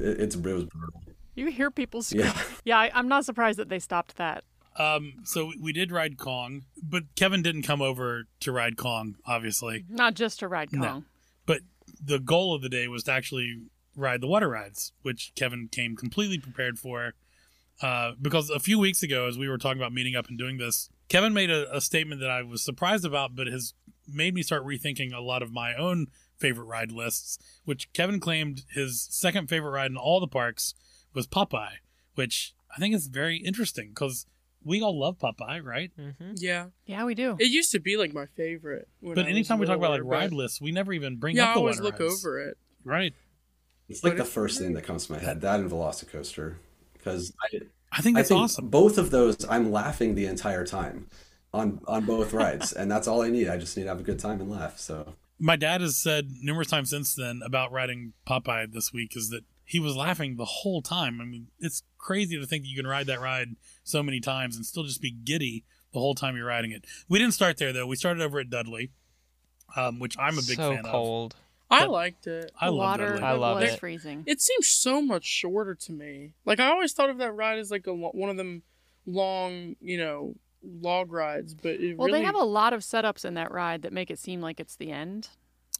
Speaker 11: it's it was brutal.
Speaker 3: You hear people scream.
Speaker 11: Yeah.
Speaker 3: Yeah, I, I'm not surprised that they stopped that.
Speaker 5: Um, so we- we did ride Kong, but Kevin didn't come over to ride Kong, obviously.
Speaker 3: Not just to ride Kong.
Speaker 5: No. But the goal of the day was to actually ride the water rides, which Kevin came completely prepared for. Uh, because a few weeks ago, as we were talking about meeting up and doing this, Kevin made a, a statement that I was surprised about, but has made me start rethinking a lot of my own favorite ride lists. Which Kevin claimed his second favorite ride in all the parks was Popeye, which I think is very interesting because we all love Popeye, right?
Speaker 2: Mm-hmm.
Speaker 4: Yeah.
Speaker 3: Yeah, we do.
Speaker 4: It used to be like my favorite. when I
Speaker 5: But
Speaker 4: was
Speaker 5: anytime we talk about like
Speaker 4: littler,
Speaker 5: ride
Speaker 4: but-
Speaker 5: lists, we never even bring
Speaker 4: yeah,
Speaker 5: up
Speaker 4: I
Speaker 5: the
Speaker 4: always
Speaker 5: water
Speaker 4: look
Speaker 5: rides.
Speaker 4: over it.
Speaker 5: Right.
Speaker 11: It's like the first thing that comes to my head. That and Velocicoaster, because I,
Speaker 5: I think that's awesome.
Speaker 11: Both of those, I'm laughing the entire time on on both rides, and that's all I need. I just need to have a good time and laugh. So
Speaker 5: my dad has said numerous times since then about riding Popeye this week is that he was laughing the whole time. I mean, it's crazy to think that you can ride that ride so many times and still just be giddy the whole time you're riding it. We didn't start there though. We started over at Dudley, um, which I'm a big
Speaker 2: So
Speaker 5: fan
Speaker 2: cold.
Speaker 5: of.
Speaker 4: I
Speaker 5: But-
Speaker 4: liked it.
Speaker 5: I love Water, Dudley. I
Speaker 2: love
Speaker 4: Like,
Speaker 2: it.
Speaker 3: freezing.
Speaker 4: It seems so much shorter to me. Like I always thought of that ride as like a lo- one of them long, you know, log rides. But it
Speaker 3: Well,
Speaker 4: really,
Speaker 3: they have a lot of setups in that ride that make it seem like it's the end.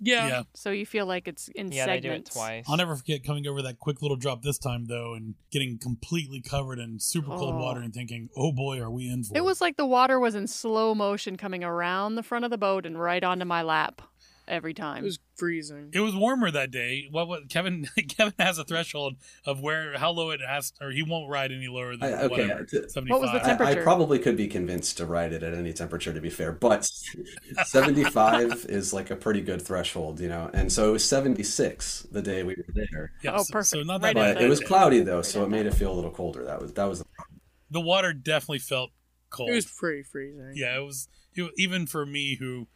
Speaker 4: yeah.
Speaker 5: Yeah.
Speaker 3: So you feel like it's in
Speaker 2: Yeah, they do it
Speaker 3: segments.
Speaker 2: twice.
Speaker 5: I'll never forget coming over that quick little drop this time though, and getting completely covered in super cold
Speaker 3: Oh.
Speaker 5: water, and thinking, "Oh boy, are we in for?"
Speaker 3: It was like the water was in slow motion coming around the front of the boat and right onto my lap every
Speaker 4: It
Speaker 3: time.
Speaker 4: was freezing.
Speaker 5: It was warmer that day. What, what Kevin Kevin has a threshold of where how low it has or he won't ride any lower than
Speaker 11: I- okay,
Speaker 5: whatever.
Speaker 11: I-
Speaker 5: Seventy
Speaker 3: What was the
Speaker 5: five.
Speaker 11: I, I
Speaker 3: temperature?
Speaker 11: probably could be convinced to ride it at any temperature, to be fair, but 75 is like a pretty good threshold, you know. And so it was 76 the day we were there.
Speaker 5: Yeah, so-
Speaker 3: Oh,
Speaker 5: so
Speaker 3: perfect.
Speaker 5: not that
Speaker 3: Right at
Speaker 5: bad.
Speaker 11: But it was cloudy though, so it made it feel a little colder. That was that was
Speaker 5: The water definitely felt cold.
Speaker 4: It was pretty freezing.
Speaker 5: yeah, it was it, even for me who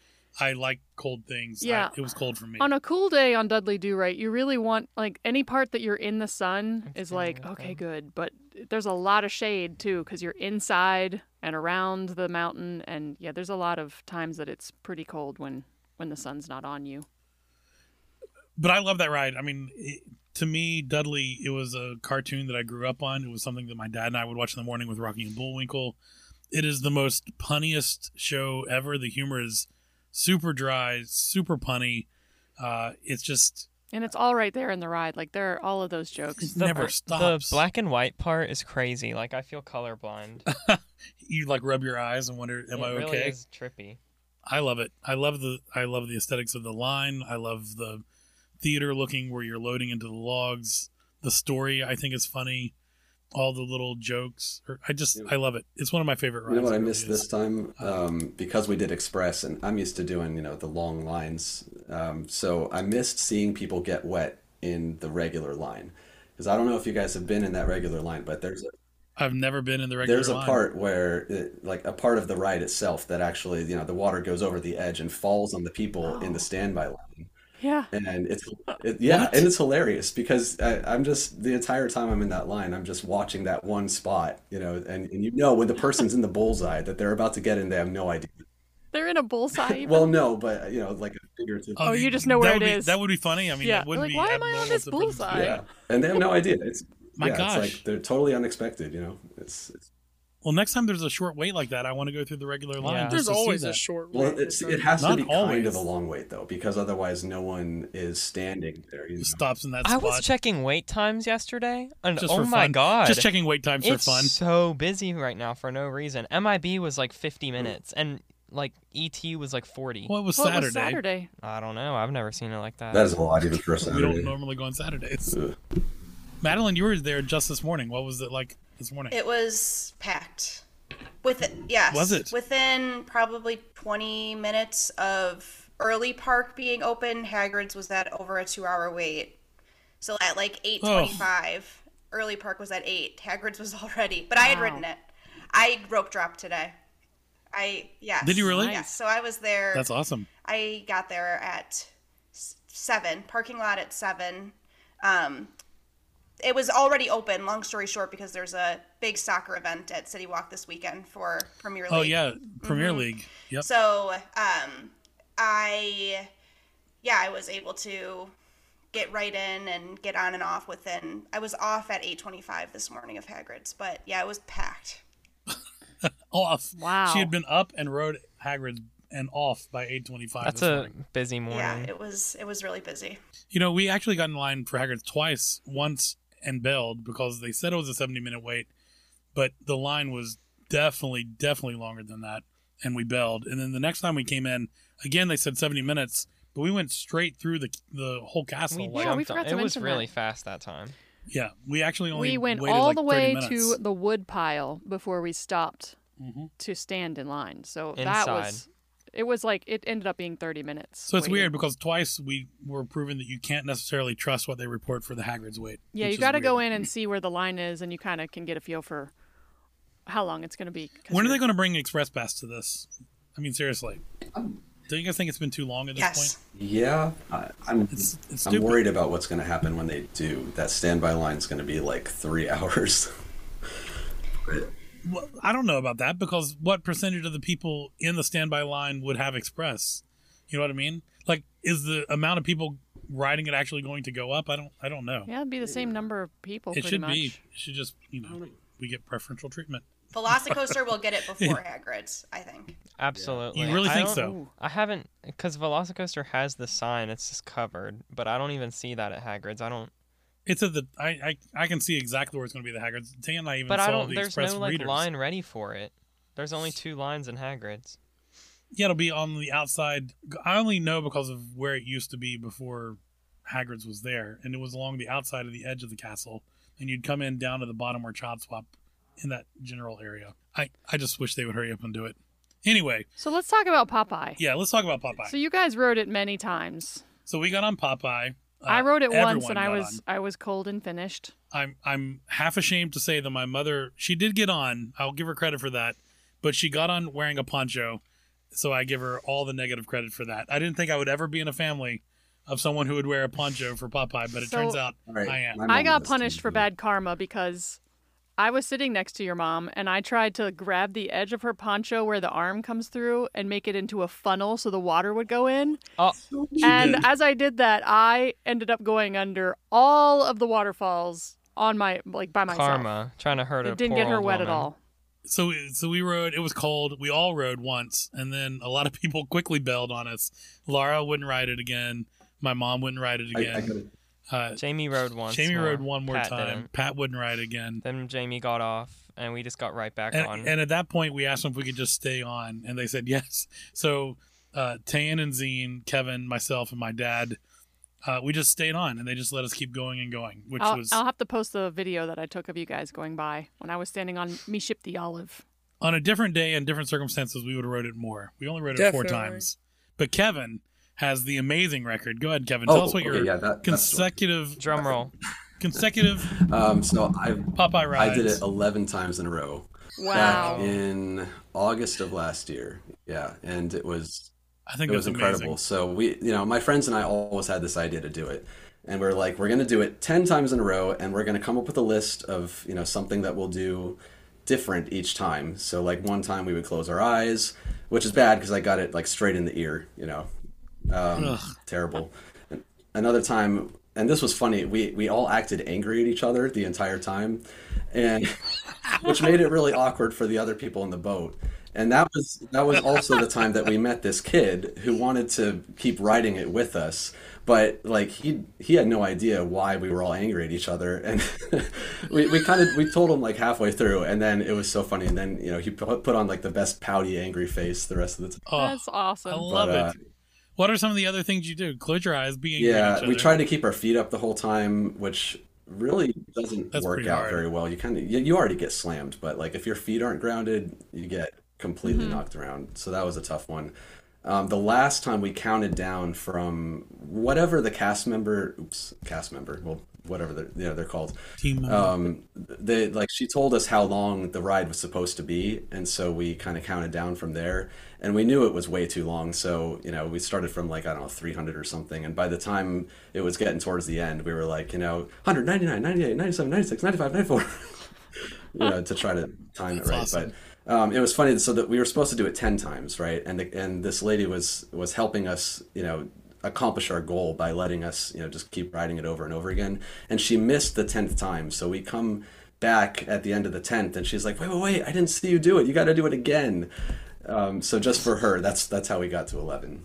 Speaker 5: I like cold things. I-
Speaker 3: Yeah.
Speaker 5: it was cold for me.
Speaker 3: On a cool day on Dudley Do Right, you really want like any part that you're in the sun is like okay, good, but there's a lot of shade too because you're inside and around the mountain, and yeah, there's a lot of times that it's pretty cold when when the sun's not on you.
Speaker 5: but I love that ride. I mean, it, to me, Dudley, it was a cartoon that I grew up on. It was something that my dad and I would watch in the morning with Rocky and Bullwinkle. It is the most punniest show ever. The humor is super dry, super punny. Uh, it's just
Speaker 3: And it's all right there in the ride. Like there are all of those jokes.
Speaker 5: it never
Speaker 2: br-
Speaker 5: stops.
Speaker 2: The black and white part is crazy. Like I feel colorblind. it
Speaker 5: you like rub your eyes and wonder, am I
Speaker 2: really
Speaker 5: okay?
Speaker 2: is trippy.
Speaker 5: I love it. I love the I love the aesthetics of the line. I love the theater looking where you're loading into the logs. The story I think is funny. All the little jokes. Or- I just I love it. It's one of my favorite rides.
Speaker 11: You know what I
Speaker 5: It really
Speaker 11: missed
Speaker 5: is.
Speaker 11: this time? Um, because we did Express, and I'm used to doing, you know, the long lines. Um, so I missed seeing people get wet in the regular line. Because I don't know if you guys have been in that regular line, but there's a,
Speaker 5: I've never been in the regular
Speaker 11: there's a
Speaker 5: line.
Speaker 11: part where, it, like, a part of the ride itself that actually, you know, the water goes over the edge and falls on the people in the
Speaker 5: Oh.
Speaker 11: standby line.
Speaker 3: Yeah.
Speaker 11: And it's
Speaker 5: Uh,
Speaker 11: it, yeah, and it's hilarious because I, I'm just the entire time I'm in that line, I'm just watching that one spot, you know, and, and you know when the person's in the bullseye that they're about to get in, they have no idea.
Speaker 3: They're in a bullseye. even.
Speaker 11: Well, no, but you know, like a figurative.
Speaker 3: Oh, you just know
Speaker 5: That
Speaker 3: where
Speaker 5: would
Speaker 3: it
Speaker 5: be-
Speaker 3: is.
Speaker 5: That would be funny. I mean,
Speaker 3: yeah.
Speaker 5: that wouldn't
Speaker 3: like,
Speaker 5: be
Speaker 3: why am I on
Speaker 5: abnormal
Speaker 3: this
Speaker 5: to present-
Speaker 3: bullseye?
Speaker 11: yeah, and they have no idea. It's
Speaker 5: My
Speaker 11: yeah, it's
Speaker 5: gosh.
Speaker 11: like they're totally unexpected. You know, it's, it's
Speaker 5: Well, next time there's a short wait like that, I want to go through the regular line.
Speaker 2: Yeah.
Speaker 5: just
Speaker 4: There's
Speaker 5: to see
Speaker 4: always a
Speaker 5: that.
Speaker 4: short.
Speaker 11: well,
Speaker 4: wait,
Speaker 11: it's
Speaker 4: isn't
Speaker 11: it has to
Speaker 5: Not
Speaker 11: be kind
Speaker 5: always.
Speaker 11: of a long wait though, because otherwise no one is standing there. You know?
Speaker 5: stops in that
Speaker 2: I
Speaker 5: spot.
Speaker 2: was checking wait times yesterday, and
Speaker 5: just
Speaker 2: oh
Speaker 5: for
Speaker 2: my
Speaker 5: fun.
Speaker 2: god,
Speaker 5: Just checking wait times
Speaker 2: it's
Speaker 5: for fun.
Speaker 2: so busy right now for no reason. MIB was like 50 minutes, and like ET was like 40.
Speaker 5: Well, it was
Speaker 3: Well, it
Speaker 5: Saturday.
Speaker 3: was Saturday.
Speaker 2: I don't know. I've never seen it like that.
Speaker 11: That is a lot even for a
Speaker 5: We don't
Speaker 11: Saturday.
Speaker 5: normally go on Saturdays.
Speaker 11: Ugh.
Speaker 5: Madeline, you were there just this morning. What was it like this morning?
Speaker 10: It was packed. With yes,
Speaker 5: Was it?
Speaker 10: within probably 20 minutes of early park being open? Hagrid's was that over a two-hour wait. So at like
Speaker 5: Oh.
Speaker 10: 8:25, early park was at eight. Hagrid's was already, but I had
Speaker 3: Wow.
Speaker 10: ridden it. I rope dropped today. I yes.
Speaker 5: Did you really?
Speaker 10: Yes. So I was there.
Speaker 5: That's awesome.
Speaker 10: I got there at s- seven, parking lot at seven. Um, it was already open. Long story short, because there's a big soccer event at City Walk this weekend for Premier League. Mm-hmm.
Speaker 5: Oh yeah, Premier League. Yep.
Speaker 10: So um, I, yeah, I was able to get right in and get on and off within. I was off at eight twenty-five this morning of Hagrid's, but yeah, it was packed.
Speaker 5: off.
Speaker 3: Wow.
Speaker 5: Oh, uh, She had been up and rode Hagrid and off by 8:25.
Speaker 2: That's
Speaker 5: this
Speaker 2: a
Speaker 5: morning.
Speaker 2: busy morning.
Speaker 10: Yeah, it was it was really busy.
Speaker 5: You know, we actually got in line for Hagrid's twice, once and bailed because they said it was a 70 minute wait, but the line was definitely definitely longer than that and we bailed. And then the next time we came in, again they said 70 minutes, but we went straight through the the whole castle.
Speaker 2: we
Speaker 5: like-
Speaker 3: Yeah, we
Speaker 2: jumped on-
Speaker 3: forgot to
Speaker 2: It was
Speaker 3: mention
Speaker 2: really
Speaker 3: that.
Speaker 2: fast that time.
Speaker 5: yeah, we actually only
Speaker 3: We went
Speaker 5: waited
Speaker 3: all
Speaker 5: like
Speaker 3: the
Speaker 5: 30
Speaker 3: way
Speaker 5: minutes.
Speaker 3: to the wood pile before we stopped
Speaker 5: Mhm.
Speaker 3: to stand in line. So that
Speaker 2: Inside.
Speaker 3: was it was like it ended up being 30 minutes.
Speaker 5: So it's
Speaker 3: waiting.
Speaker 5: weird because twice we were proven that you can't necessarily trust what they report for the Hagrid's wait.
Speaker 3: Yeah,
Speaker 5: which
Speaker 3: you
Speaker 5: is
Speaker 3: got to go
Speaker 5: weird.
Speaker 3: in and see where the line is and you kind of can get a feel for how long it's going to be. 'cause
Speaker 5: When are
Speaker 3: you're-
Speaker 5: they going to bring Express Pass to this? I mean, seriously. Do you guys think it's been too long at this point?
Speaker 11: Yeah, I, I'm.
Speaker 5: it's
Speaker 11: I'm
Speaker 5: stupid.
Speaker 11: worried about what's going to happen when they do. That standby line's going to be like three hours.
Speaker 5: Well, I don't know about that because what percentage of the people in the standby line would have express? You know what I mean? Like, is the amount of people riding it actually going to go up? I don't. I don't know.
Speaker 3: Yeah, it'd be the same number of people.
Speaker 5: Oh, it
Speaker 3: pretty
Speaker 5: should
Speaker 3: much.
Speaker 5: be. It should just you know we get preferential treatment.
Speaker 10: Velocicoaster will get it before Hagrid's, I think.
Speaker 2: Absolutely.
Speaker 5: You really
Speaker 2: I
Speaker 5: think
Speaker 2: don't-
Speaker 5: so?
Speaker 2: I haven't, because Velocicoaster has the sign. It's just covered, but I don't even see that at Hagrid's. I don't.
Speaker 5: It's at the. I I, I can see exactly where it's going to be. The Hagrid's. Tay and I even
Speaker 2: But
Speaker 5: saw
Speaker 2: I don't.
Speaker 5: the
Speaker 2: There's
Speaker 5: express
Speaker 2: no like
Speaker 5: readers.
Speaker 2: line ready for it. There's only two lines in Hagrid's.
Speaker 5: Yeah, it'll be on the outside. I only know because of where it used to be before Hagrid's was there, and it was along the outside of the edge of the castle. And you'd come in down to the bottom where Child Swap in that general area. I, I just wish they would hurry up and do it. Anyway,
Speaker 3: So let's talk about Popeye.
Speaker 5: yeah, let's talk about Popeye.
Speaker 3: So you guys wrote it many times.
Speaker 5: So we got on Popeye. Uh,
Speaker 3: I wrote it once,
Speaker 5: everyone
Speaker 3: and I
Speaker 5: got
Speaker 3: was
Speaker 5: on.
Speaker 3: I was cold and finished.
Speaker 5: I'm I'm half ashamed to say that my mother she did get on. I'll give her credit for that, but she got on wearing a poncho, so I give her all the negative credit for that. I didn't think I would ever be in a family of someone who would wear a poncho for Popeye, but it
Speaker 3: So-
Speaker 5: turns out
Speaker 3: All right,
Speaker 5: I am.
Speaker 3: I got punished for bad karma because I was sitting next to your mom and I tried to grab the edge of her poncho where the arm comes through and make it into a funnel so the water would go in.
Speaker 2: Oh,
Speaker 3: And as I did that, I ended up going under all of the waterfalls on my like by myself.
Speaker 2: Karma trying to hurt
Speaker 3: It
Speaker 2: a
Speaker 3: didn't
Speaker 2: poor
Speaker 3: get her
Speaker 2: old
Speaker 3: wet at
Speaker 2: woman.
Speaker 3: all.
Speaker 5: So so we rode. It was cold. We all rode once, and then a lot of people quickly bailed on us. Laura wouldn't ride it again. My mom wouldn't ride it
Speaker 2: I- I
Speaker 5: again. uh,
Speaker 2: Jamie rode once.
Speaker 5: Jamie
Speaker 2: more.
Speaker 5: rode one more
Speaker 2: Pat
Speaker 5: time.
Speaker 2: didn't.
Speaker 5: Pat wouldn't ride again.
Speaker 2: Then Jamie got off, and we just got right back
Speaker 5: and,
Speaker 2: on.
Speaker 5: and at that point, we asked them if we could just stay on, and they said yes. So, uh, Tan and Zine, Kevin, myself, and my dad, uh, we just stayed on, and they just let us keep going and going, which
Speaker 3: I'll,
Speaker 5: was
Speaker 3: I'll have to post the video that I took of you guys going by when I was standing on Me Ship the Olive.
Speaker 5: on a different day and different circumstances. We would have rode it more. We only rode it
Speaker 3: Definitely.
Speaker 5: four times, but Kevin has the amazing record. Go ahead, Kevin.
Speaker 11: Oh,
Speaker 5: Tell us what
Speaker 11: okay,
Speaker 5: your
Speaker 11: yeah, that- that's-
Speaker 5: consecutive
Speaker 2: drum roll,
Speaker 5: consecutive
Speaker 11: Um, so I
Speaker 5: Popeye rides.
Speaker 11: I did it eleven times in a row.
Speaker 3: Wow.
Speaker 11: Back in August of last year. Yeah, and it was
Speaker 5: I think
Speaker 11: it was
Speaker 5: that's
Speaker 11: incredible.
Speaker 5: amazing.
Speaker 11: So we, you know, my friends and I always had this idea to do it. And we're like, we're going to do it 10 times in a row and we're going to come up with a list of, you know, something that we'll do different each time. So like one time we would close our eyes, which is bad because I got it like straight in the ear, you know. Um,
Speaker 5: Ugh.
Speaker 11: terrible. Another time, and this was funny, we, we all acted angry at each other the entire time. And which made it really awkward for the other people in the boat. And that was that was also the time that we met this kid who wanted to keep riding it with us, but like he he had no idea why we were all angry at each other, and we, we kind of we told him like halfway through, and then it was so funny, and then you know he put put on like the best pouty angry face the rest of the time.
Speaker 5: Oh,
Speaker 3: That's awesome.
Speaker 5: I love
Speaker 11: But, uh,
Speaker 5: it. What are some of the other things you do? Close your eyes, be angry at each
Speaker 11: Yeah, we
Speaker 5: other.
Speaker 11: tried to keep our feet up the whole time, which really doesn't
Speaker 5: That's
Speaker 11: work
Speaker 5: pretty
Speaker 11: out
Speaker 5: hard.
Speaker 11: very well. You kind of you, you already get slammed, but like if your feet aren't grounded, you get completely
Speaker 5: Mhm.
Speaker 11: knocked around. So that was a tough one. Um, the last time we counted down from whatever the cast member, oops, cast member, well, whatever they're, you know, they're called.
Speaker 5: Team member.
Speaker 11: Um, they like she told us how long the ride was supposed to be, and so we kind of counted down from there. And we knew it was way too long, so you know we started from like I don't know 300 or something. And by the time it was getting towards the end, we were like you know 199, 98, 97, 96, 95, 94. you know, to try to time it
Speaker 5: That's
Speaker 11: right.
Speaker 5: awesome.
Speaker 11: But um, it was funny. So that we were supposed to do it ten times, right? And the, and this lady was was helping us, you know, accomplish our goal by letting us, you know, just keep riding it over and over again. And she missed the tenth time. So we come back at the end of the tenth, and she's like, "Wait, wait, wait! I didn't see you do it. You got to do it again." Um, so just for her, that's that's how we got to eleven.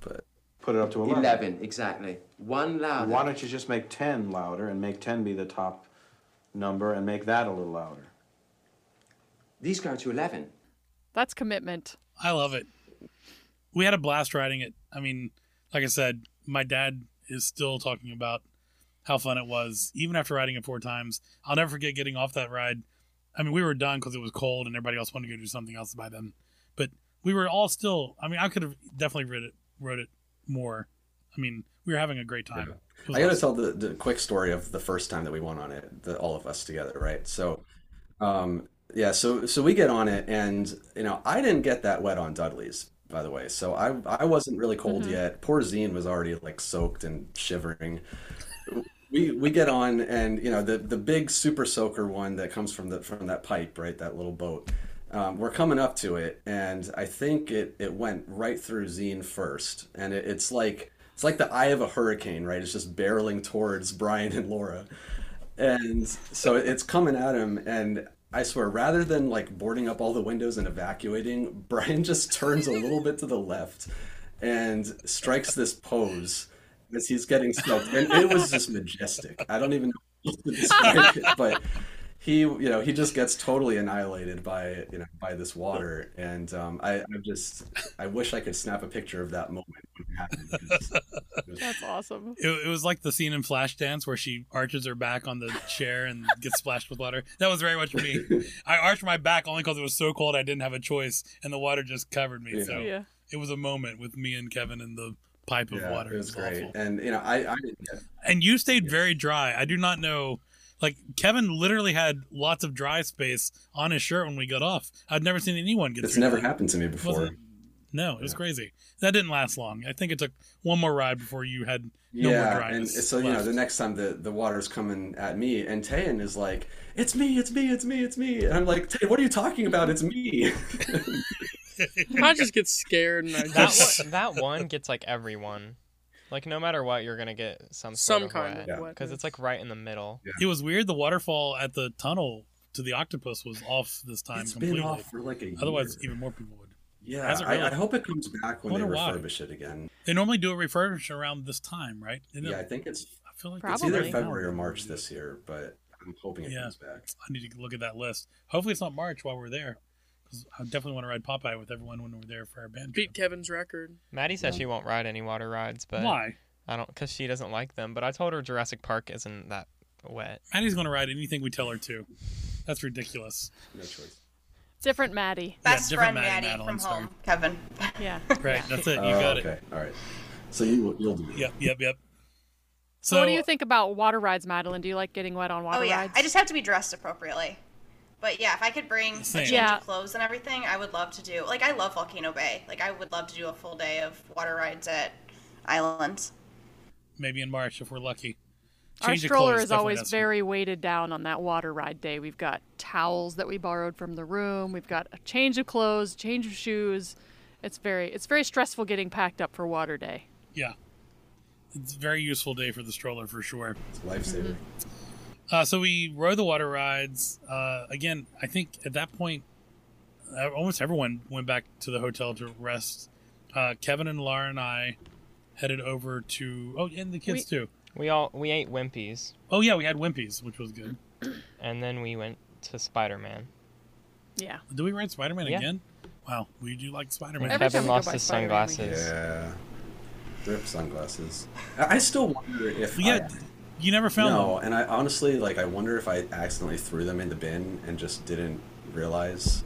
Speaker 11: But
Speaker 12: Put it up to 11.
Speaker 13: 11, exactly. One louder.
Speaker 12: Why don't you just make 10 louder and make 10 be the top number and make that a little louder?
Speaker 13: These go to 11.
Speaker 3: That's commitment.
Speaker 5: I love it. We had a blast riding it. I mean, like I said, my dad is still talking about how fun it was, even after riding it four times. I'll never forget getting off that ride. I mean, we were done because it was cold and everybody else wanted to go do something else by then. But we were all still. I mean, I could have definitely read it, wrote it more. I mean, we were having a great time. It was
Speaker 11: I got to
Speaker 5: awesome.
Speaker 11: tell the, the quick story of the first time that we went on it, the, all of us together, right? So, um, yeah, so so we get on it, and you know, I didn't get that wet on Dudley's, by the way. So I I wasn't really cold
Speaker 14: Mhm.
Speaker 11: yet. Poor Zine was already like soaked and shivering. We we get on and you know the the big super soaker one that comes from the from that pipe, right? That little boat. Um, we're coming up to it and I think it it went right through Zine first. And it, it's like it's like the eye of a hurricane, right? It's just barreling towards Brian and Laura and so it's coming at him and i swear rather than like boarding up all the windows and evacuating brian just turns a little bit to the left and strikes this pose as he's getting smoked and it was just majestic i don't even know how to describe it but he you know he just gets totally annihilated by you know by this water and um, I, I just i wish i could snap a picture of that moment when it happened 'cause it was-
Speaker 3: That's awesome.
Speaker 5: It, it was like the scene in Flashdance where she arches her back on the chair and gets splashed with water. That was very much me. I arched my back only because it was so cold I didn't have a choice, and the water just covered me.
Speaker 11: Yeah.
Speaker 5: So
Speaker 11: Yeah.
Speaker 5: it was a moment with me and Kevin in the pipe of
Speaker 11: Yeah,
Speaker 5: water.
Speaker 11: it was great.
Speaker 5: awful.
Speaker 11: and you know i, I didn't get
Speaker 5: And you stayed very dry. I do not know. Like Kevin literally had lots of dry space on his shirt when we got off. I'd never seen anyone get.
Speaker 11: It's
Speaker 5: through
Speaker 11: never
Speaker 5: that.
Speaker 11: happened to me
Speaker 5: Was
Speaker 11: before.
Speaker 5: it? No, it was crazy. That didn't last long. I think it took one more ride before you had no more
Speaker 11: yeah, and
Speaker 5: dryness.
Speaker 11: so you know, the next time the the water's coming at me, and Tayan is like, "It's me, it's me, it's me, it's me," and I'm like, "Tayan, what are you talking about? It's me."
Speaker 4: I just get scared and I
Speaker 2: That
Speaker 4: just.
Speaker 2: one, that one gets like everyone. Like no matter what, you're gonna get some sort
Speaker 4: Some
Speaker 2: of
Speaker 4: kind of wetness.
Speaker 2: because it's like right in the middle.
Speaker 5: It was weird. The waterfall at the tunnel to the octopus was off this time
Speaker 11: It's been
Speaker 5: completely.
Speaker 11: off for like a
Speaker 5: Otherwise,
Speaker 11: year.
Speaker 5: even more people would.
Speaker 11: yeah,
Speaker 5: Hasn't
Speaker 11: I,
Speaker 5: really-
Speaker 11: I hope it comes back when they
Speaker 5: Wonder why.
Speaker 11: refurbish it again.
Speaker 5: They normally do a refurbish around this time, right? They
Speaker 11: Yeah,
Speaker 5: don't-
Speaker 11: I think it's
Speaker 5: I feel like
Speaker 11: it's either February or March this year, but I'm hoping it
Speaker 5: Yeah.
Speaker 11: comes back.
Speaker 5: I need to look at that list. Hopefully, it's not March while we're there, because I definitely want to ride Popeye with everyone when we're there for our band.
Speaker 4: Beat Kevin's record.
Speaker 2: Maddie says she won't ride any water rides, but
Speaker 5: Why?
Speaker 2: I don't, because she doesn't like them. But I told her Jurassic Park isn't that wet.
Speaker 5: Maddie's going to ride anything we tell her to. That's ridiculous.
Speaker 11: No choice.
Speaker 3: Different Maddie.
Speaker 5: Yeah, Best different friend Maddie, Maddie from Madeline, sorry. home,
Speaker 10: Kevin.
Speaker 3: Yeah.
Speaker 5: Right, that's it. You
Speaker 11: Oh,
Speaker 5: got
Speaker 11: okay.
Speaker 5: it.
Speaker 11: All right. So you you'll do it.
Speaker 5: Yep, yep, yep.
Speaker 3: So, what do you think about water rides, Madeline? Do you like getting wet on water
Speaker 10: oh yeah,
Speaker 3: rides?
Speaker 10: I just have to be dressed appropriately. But yeah, if I could bring
Speaker 3: Same.
Speaker 10: a change
Speaker 3: Yeah.
Speaker 10: of clothes and everything, I would love to do. Like I love Volcano Bay. Like I would love to do a full day of water rides at Islands.
Speaker 5: Maybe in March if we're lucky.
Speaker 3: Our
Speaker 5: Change of
Speaker 3: stroller
Speaker 5: clothes
Speaker 3: is
Speaker 5: definitely
Speaker 3: always
Speaker 5: does.
Speaker 3: very weighted down on that water ride day. We've got towels that we borrowed from the room. We've got a change of clothes, change of shoes. It's very it's very stressful getting packed up for water day.
Speaker 5: Yeah. It's a very useful day for the stroller for sure.
Speaker 11: It's a lifesaver.
Speaker 5: Uh, so we rode the water rides. Uh, again, I think at that point, uh, almost everyone went back to the hotel to rest. Uh, Kevin and Laura and I headed over to. Oh, and the kids too.
Speaker 2: We all we ate Wimpy's.
Speaker 5: Oh yeah, we had Wimpy's, which was good.
Speaker 2: And then we went to Spider Man.
Speaker 3: Yeah.
Speaker 5: Do we ride Spider Man
Speaker 2: Yeah.
Speaker 5: again? Wow, we do like Spider
Speaker 2: And
Speaker 5: Man.
Speaker 2: Every Kevin time we go lost by his Spider-Man, we- sunglasses.
Speaker 11: Yeah. Rip sunglasses. I I still wonder if
Speaker 5: Yeah,
Speaker 11: I-
Speaker 5: you never found
Speaker 11: no,
Speaker 5: them.
Speaker 11: and I honestly like I wonder if I accidentally threw them in the bin and just didn't realize.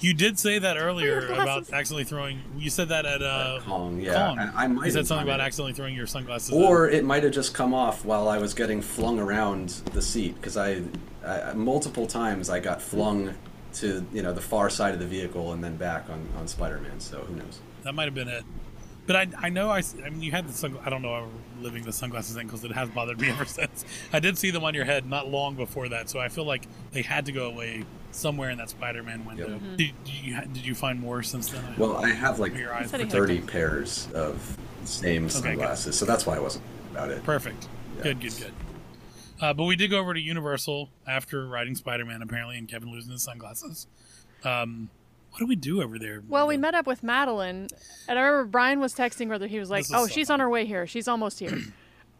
Speaker 5: You did say that earlier
Speaker 11: your glasses.
Speaker 5: about accidentally throwing. You said that at uh,
Speaker 11: Kong, yeah. I- I might
Speaker 5: you said
Speaker 11: have
Speaker 5: something
Speaker 11: done
Speaker 5: about
Speaker 11: it.
Speaker 5: accidentally throwing your sunglasses.
Speaker 11: Or it might have just come off while I was getting flung around the seat because I, I multiple times I got flung to you know the far side of the vehicle and then back on on Spider-Man. So who knows?
Speaker 5: That might have been it. But I, I know I, s- I mean you had the sun. I don't know. I'm living the sunglasses thing because it has bothered me ever since. I did see them on your head not long before that, so I feel like they had to go away somewhere in that Spider-Man window.
Speaker 11: Yep.
Speaker 5: Did, did you ha- did you find more since then?
Speaker 11: Well, I have like
Speaker 5: Your eyes-
Speaker 11: thirty pairs of same
Speaker 5: Okay, good.
Speaker 11: sunglasses, so that's why I wasn't about it.
Speaker 5: Perfect. Good, good, good. Uh, but we did go over to Universal after riding Spider-Man apparently, and Kevin losing his sunglasses. Um, what do we do over there?
Speaker 3: Well, we met up with Madeline, and I remember Brian was texting whether he was like,
Speaker 5: This is
Speaker 3: "Oh,
Speaker 5: so
Speaker 3: she's on her way here. She's almost here."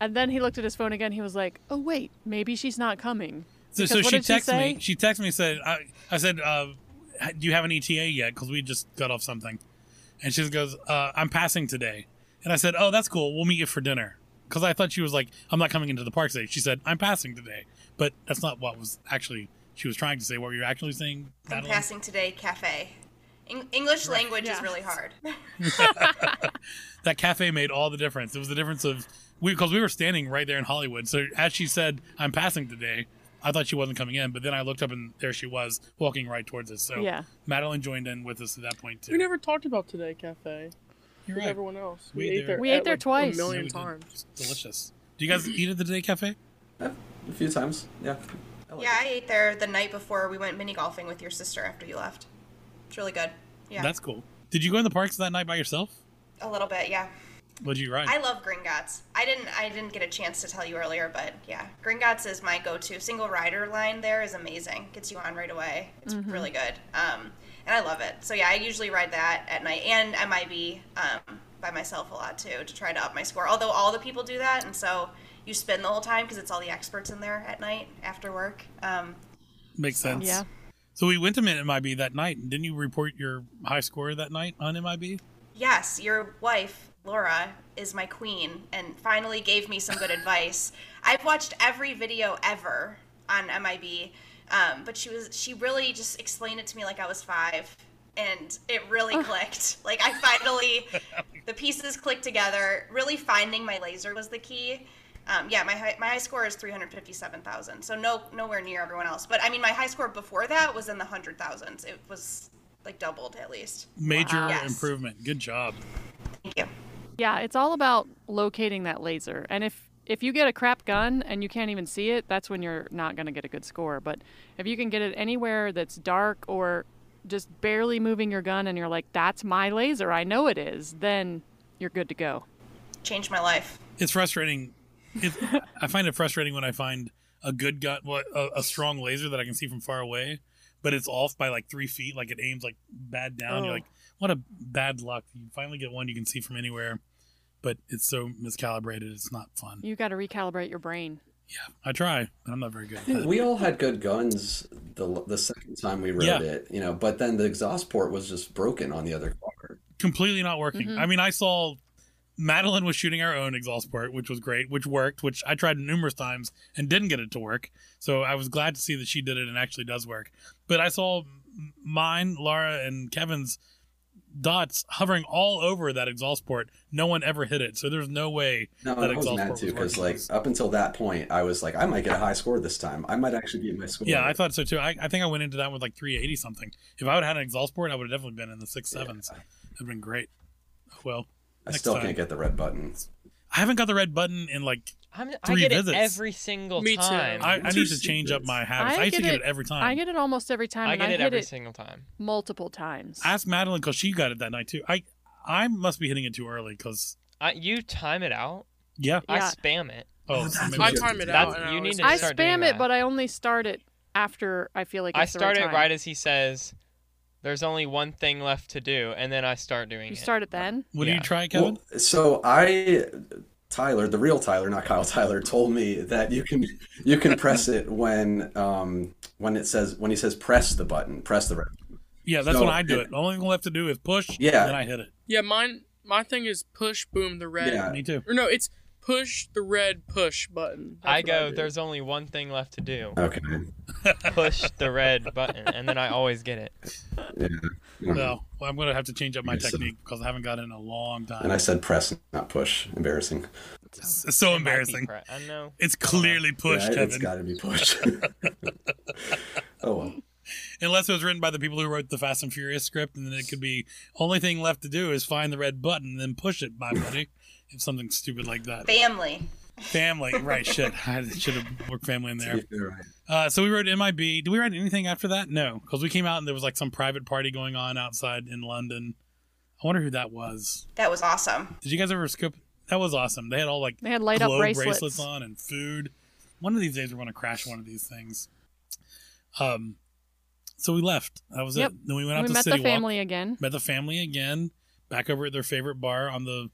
Speaker 3: and then he looked at his phone again. He was like, "Oh wait, maybe she's not coming."
Speaker 5: So,
Speaker 3: Because
Speaker 5: so
Speaker 3: what
Speaker 5: she
Speaker 3: did she
Speaker 5: texted
Speaker 3: say?
Speaker 5: me. She texted me said, "I, I said, uh, ha- do you have an ETA yet? Because we just got off something." And she goes, uh, "I'm passing today." And I said, "Oh, that's cool. We'll meet you for dinner." Because I thought she was like, "I'm not coming into the park today." She said, "I'm passing today," but that's not what was actually she was trying to say. What you're actually saying,
Speaker 10: I'm
Speaker 5: Madeline?
Speaker 10: passing today cafe. Eng- English language is really hard.
Speaker 5: that cafe made all the difference. It was the difference of we because we were standing right there in Hollywood. So as she said, "I'm passing today," I thought she wasn't coming in, but then I looked up and there she was walking right towards us. So
Speaker 4: Yeah.
Speaker 5: Madeline joined in with us at that point too.
Speaker 4: We never talked about Today Cafe.
Speaker 5: You're
Speaker 4: with
Speaker 5: right.
Speaker 4: Everyone else.
Speaker 5: We
Speaker 4: We,
Speaker 5: ate
Speaker 4: ate there.
Speaker 5: there-
Speaker 3: We ate
Speaker 4: at,
Speaker 3: there
Speaker 4: like,
Speaker 3: twice.
Speaker 4: A million
Speaker 5: Yeah, we did.
Speaker 4: times.
Speaker 5: Delicious. Do you guys eat at the Day Cafe?
Speaker 11: A few times, yeah.
Speaker 10: yeah, I ate there the night before we went mini golfing with your sister after you left. It's really good. Yeah.
Speaker 5: That's cool. Did you go in the parks that night by yourself?
Speaker 10: a little bit, yeah.
Speaker 5: What did you ride?
Speaker 10: I love Gringotts. I didn't I didn't get a chance to tell you earlier, but yeah. Gringotts is my go-to. Single rider line there is amazing. Gets you on right away. It's
Speaker 14: Mhm.
Speaker 10: really good. Um and I love it. So yeah, I usually ride that at night and MIB um by myself a lot too to try to up my score. Although all the people do that and so you spin the whole time because it's all the experts in there at night after work. Um
Speaker 5: Makes sense.
Speaker 10: Yeah.
Speaker 5: So we went to MIB that night, and didn't you report your high score that night on MIB?
Speaker 10: Yes, your wife, Laura, is my queen and finally gave me some good advice. I've watched every video ever on MIB, um, but she was she really just explained it to me like I was five and it really clicked. Like I finally the pieces clicked together. Really finding my laser was the key. Um, yeah, my high, my high score is 357,000. So no nowhere near everyone else. But I mean my high score before that was in the 100,000s. It was like doubled at least.
Speaker 5: Major
Speaker 10: Yes.
Speaker 5: improvement. Good job.
Speaker 3: Yeah, it's all about locating that laser. And if if you get a crap gun and you can't even see it, that's when you're not going to get a good score. But if you can get it anywhere that's dark or just barely moving your gun and you're like, that's my laser, I know it is, then you're good to go.
Speaker 10: Changed my life.
Speaker 5: It's frustrating. It, I find it frustrating when I find a good gun, well, a, a strong laser that I can see from far away, but it's off by like three feet. Like it aims like bad down. You're
Speaker 1: Oh.
Speaker 5: like, what a bad luck. You finally get one you can see from anywhere, but it's so miscalibrated. It's not fun.
Speaker 3: You got to recalibrate your brain.
Speaker 5: I try, but I'm not very good. At that.
Speaker 11: We all had good guns the the second time we rode
Speaker 5: Yeah.
Speaker 11: it, you know, but then the exhaust port was just broken on the other car.
Speaker 5: completely not working.
Speaker 11: Mhm.
Speaker 5: I mean, I saw Madeline was shooting our own exhaust port, which was great, which worked, which I tried numerous times and didn't get it to work. So I was glad to see that she did it and actually does work. But I saw m- mine, Laura, and Kevin's dots hovering all over that exhaust port. No one ever hit it, so there's no way
Speaker 11: No,
Speaker 5: that
Speaker 11: I was
Speaker 5: exhaust
Speaker 11: mad
Speaker 5: port
Speaker 11: too
Speaker 5: was
Speaker 11: because
Speaker 5: working.
Speaker 11: like up until that point, I was like, I might get a high score this time. I might actually beat my score.
Speaker 5: Yeah, I thought so too. I, I think I went into that with like 380 something. If I would have had an exhaust port, I would have definitely been in the six sevens. It'd been great. Well,
Speaker 11: I
Speaker 5: next
Speaker 11: still
Speaker 5: time.
Speaker 11: can't get the red button.
Speaker 5: I haven't got the red button in like
Speaker 2: I'm, I
Speaker 5: three
Speaker 2: get
Speaker 5: visits.
Speaker 2: it every single
Speaker 5: Me too.
Speaker 2: time.
Speaker 5: I, I need to change up my habits. I, used to get it, every time.
Speaker 3: I get it almost every time.
Speaker 5: I
Speaker 3: and
Speaker 5: get
Speaker 3: I
Speaker 5: it
Speaker 3: hit
Speaker 5: every single time.
Speaker 3: Multiple times.
Speaker 5: Ask Madeline because she got it that night too. I I must be hitting it too early because
Speaker 2: I, you time it out.
Speaker 5: yeah,
Speaker 2: I spam it.
Speaker 5: Oh,
Speaker 2: That's
Speaker 5: maybe we
Speaker 2: what you
Speaker 5: should
Speaker 2: do.
Speaker 5: do
Speaker 2: That's-
Speaker 5: that.
Speaker 2: you need to
Speaker 3: I
Speaker 2: start doing
Speaker 3: spam it,
Speaker 2: that.
Speaker 3: but I only start it after I feel like it's
Speaker 2: I
Speaker 3: the
Speaker 2: start
Speaker 3: right
Speaker 2: it
Speaker 3: time.
Speaker 2: right as he says, "There's only one thing left to do," and then I start doing
Speaker 3: You
Speaker 2: it.
Speaker 3: start it then.
Speaker 5: you try,
Speaker 11: Kevin? so I, Tyler, the real Tyler, not Kyle Tyler, told me that you can you can press it when um when it says when he says press the button, press the red.
Speaker 5: yeah, that's
Speaker 11: So-
Speaker 5: when I do it. The only thing left to do is push.
Speaker 11: Yeah.
Speaker 5: and then I hit it.
Speaker 4: Yeah, mine. My thing is push, boom, the red.
Speaker 11: Yeah.
Speaker 5: Me too.
Speaker 4: Or no, it's push the red push button.
Speaker 2: I
Speaker 4: That's what
Speaker 2: go,
Speaker 4: do.
Speaker 2: "There's only one thing left to do."
Speaker 11: Okay.
Speaker 2: Push the red button, and then I always get it.
Speaker 11: Yeah.
Speaker 5: No, well, I'm gonna have to change up my technique because I haven't got it in a long time.
Speaker 11: And I said press, not push. Embarrassing.
Speaker 5: it's it's so embarrassing.
Speaker 2: I know.
Speaker 5: It's clearly push,
Speaker 11: Yeah,
Speaker 5: Kevin.
Speaker 11: It's got to be push. oh well.
Speaker 5: Unless it was written by the people who wrote the Fast and Furious script, and then it could be only thing left to do is find the red button and then push it, my buddy. if something stupid like that.
Speaker 10: Family.
Speaker 5: Family, right? Shit, I should have worked family in there.
Speaker 11: To be fair, right.
Speaker 5: Uh, so we wrote MIB. Did we write anything after that? No, because we came out and there was like some private party going on outside in London. I wonder who that was.
Speaker 10: That was awesome.
Speaker 5: Did you guys ever scoop? That was awesome. They had all like
Speaker 3: They had light up
Speaker 5: globe
Speaker 3: bracelets.
Speaker 5: on and food. One of these days we're going to crash one of these things. Um, so we left. That was
Speaker 3: Yep.
Speaker 5: it. Then we went out
Speaker 3: We
Speaker 5: to
Speaker 3: met the
Speaker 5: City Walk,
Speaker 3: family again.
Speaker 5: Met the family again. Back over at their favorite bar on the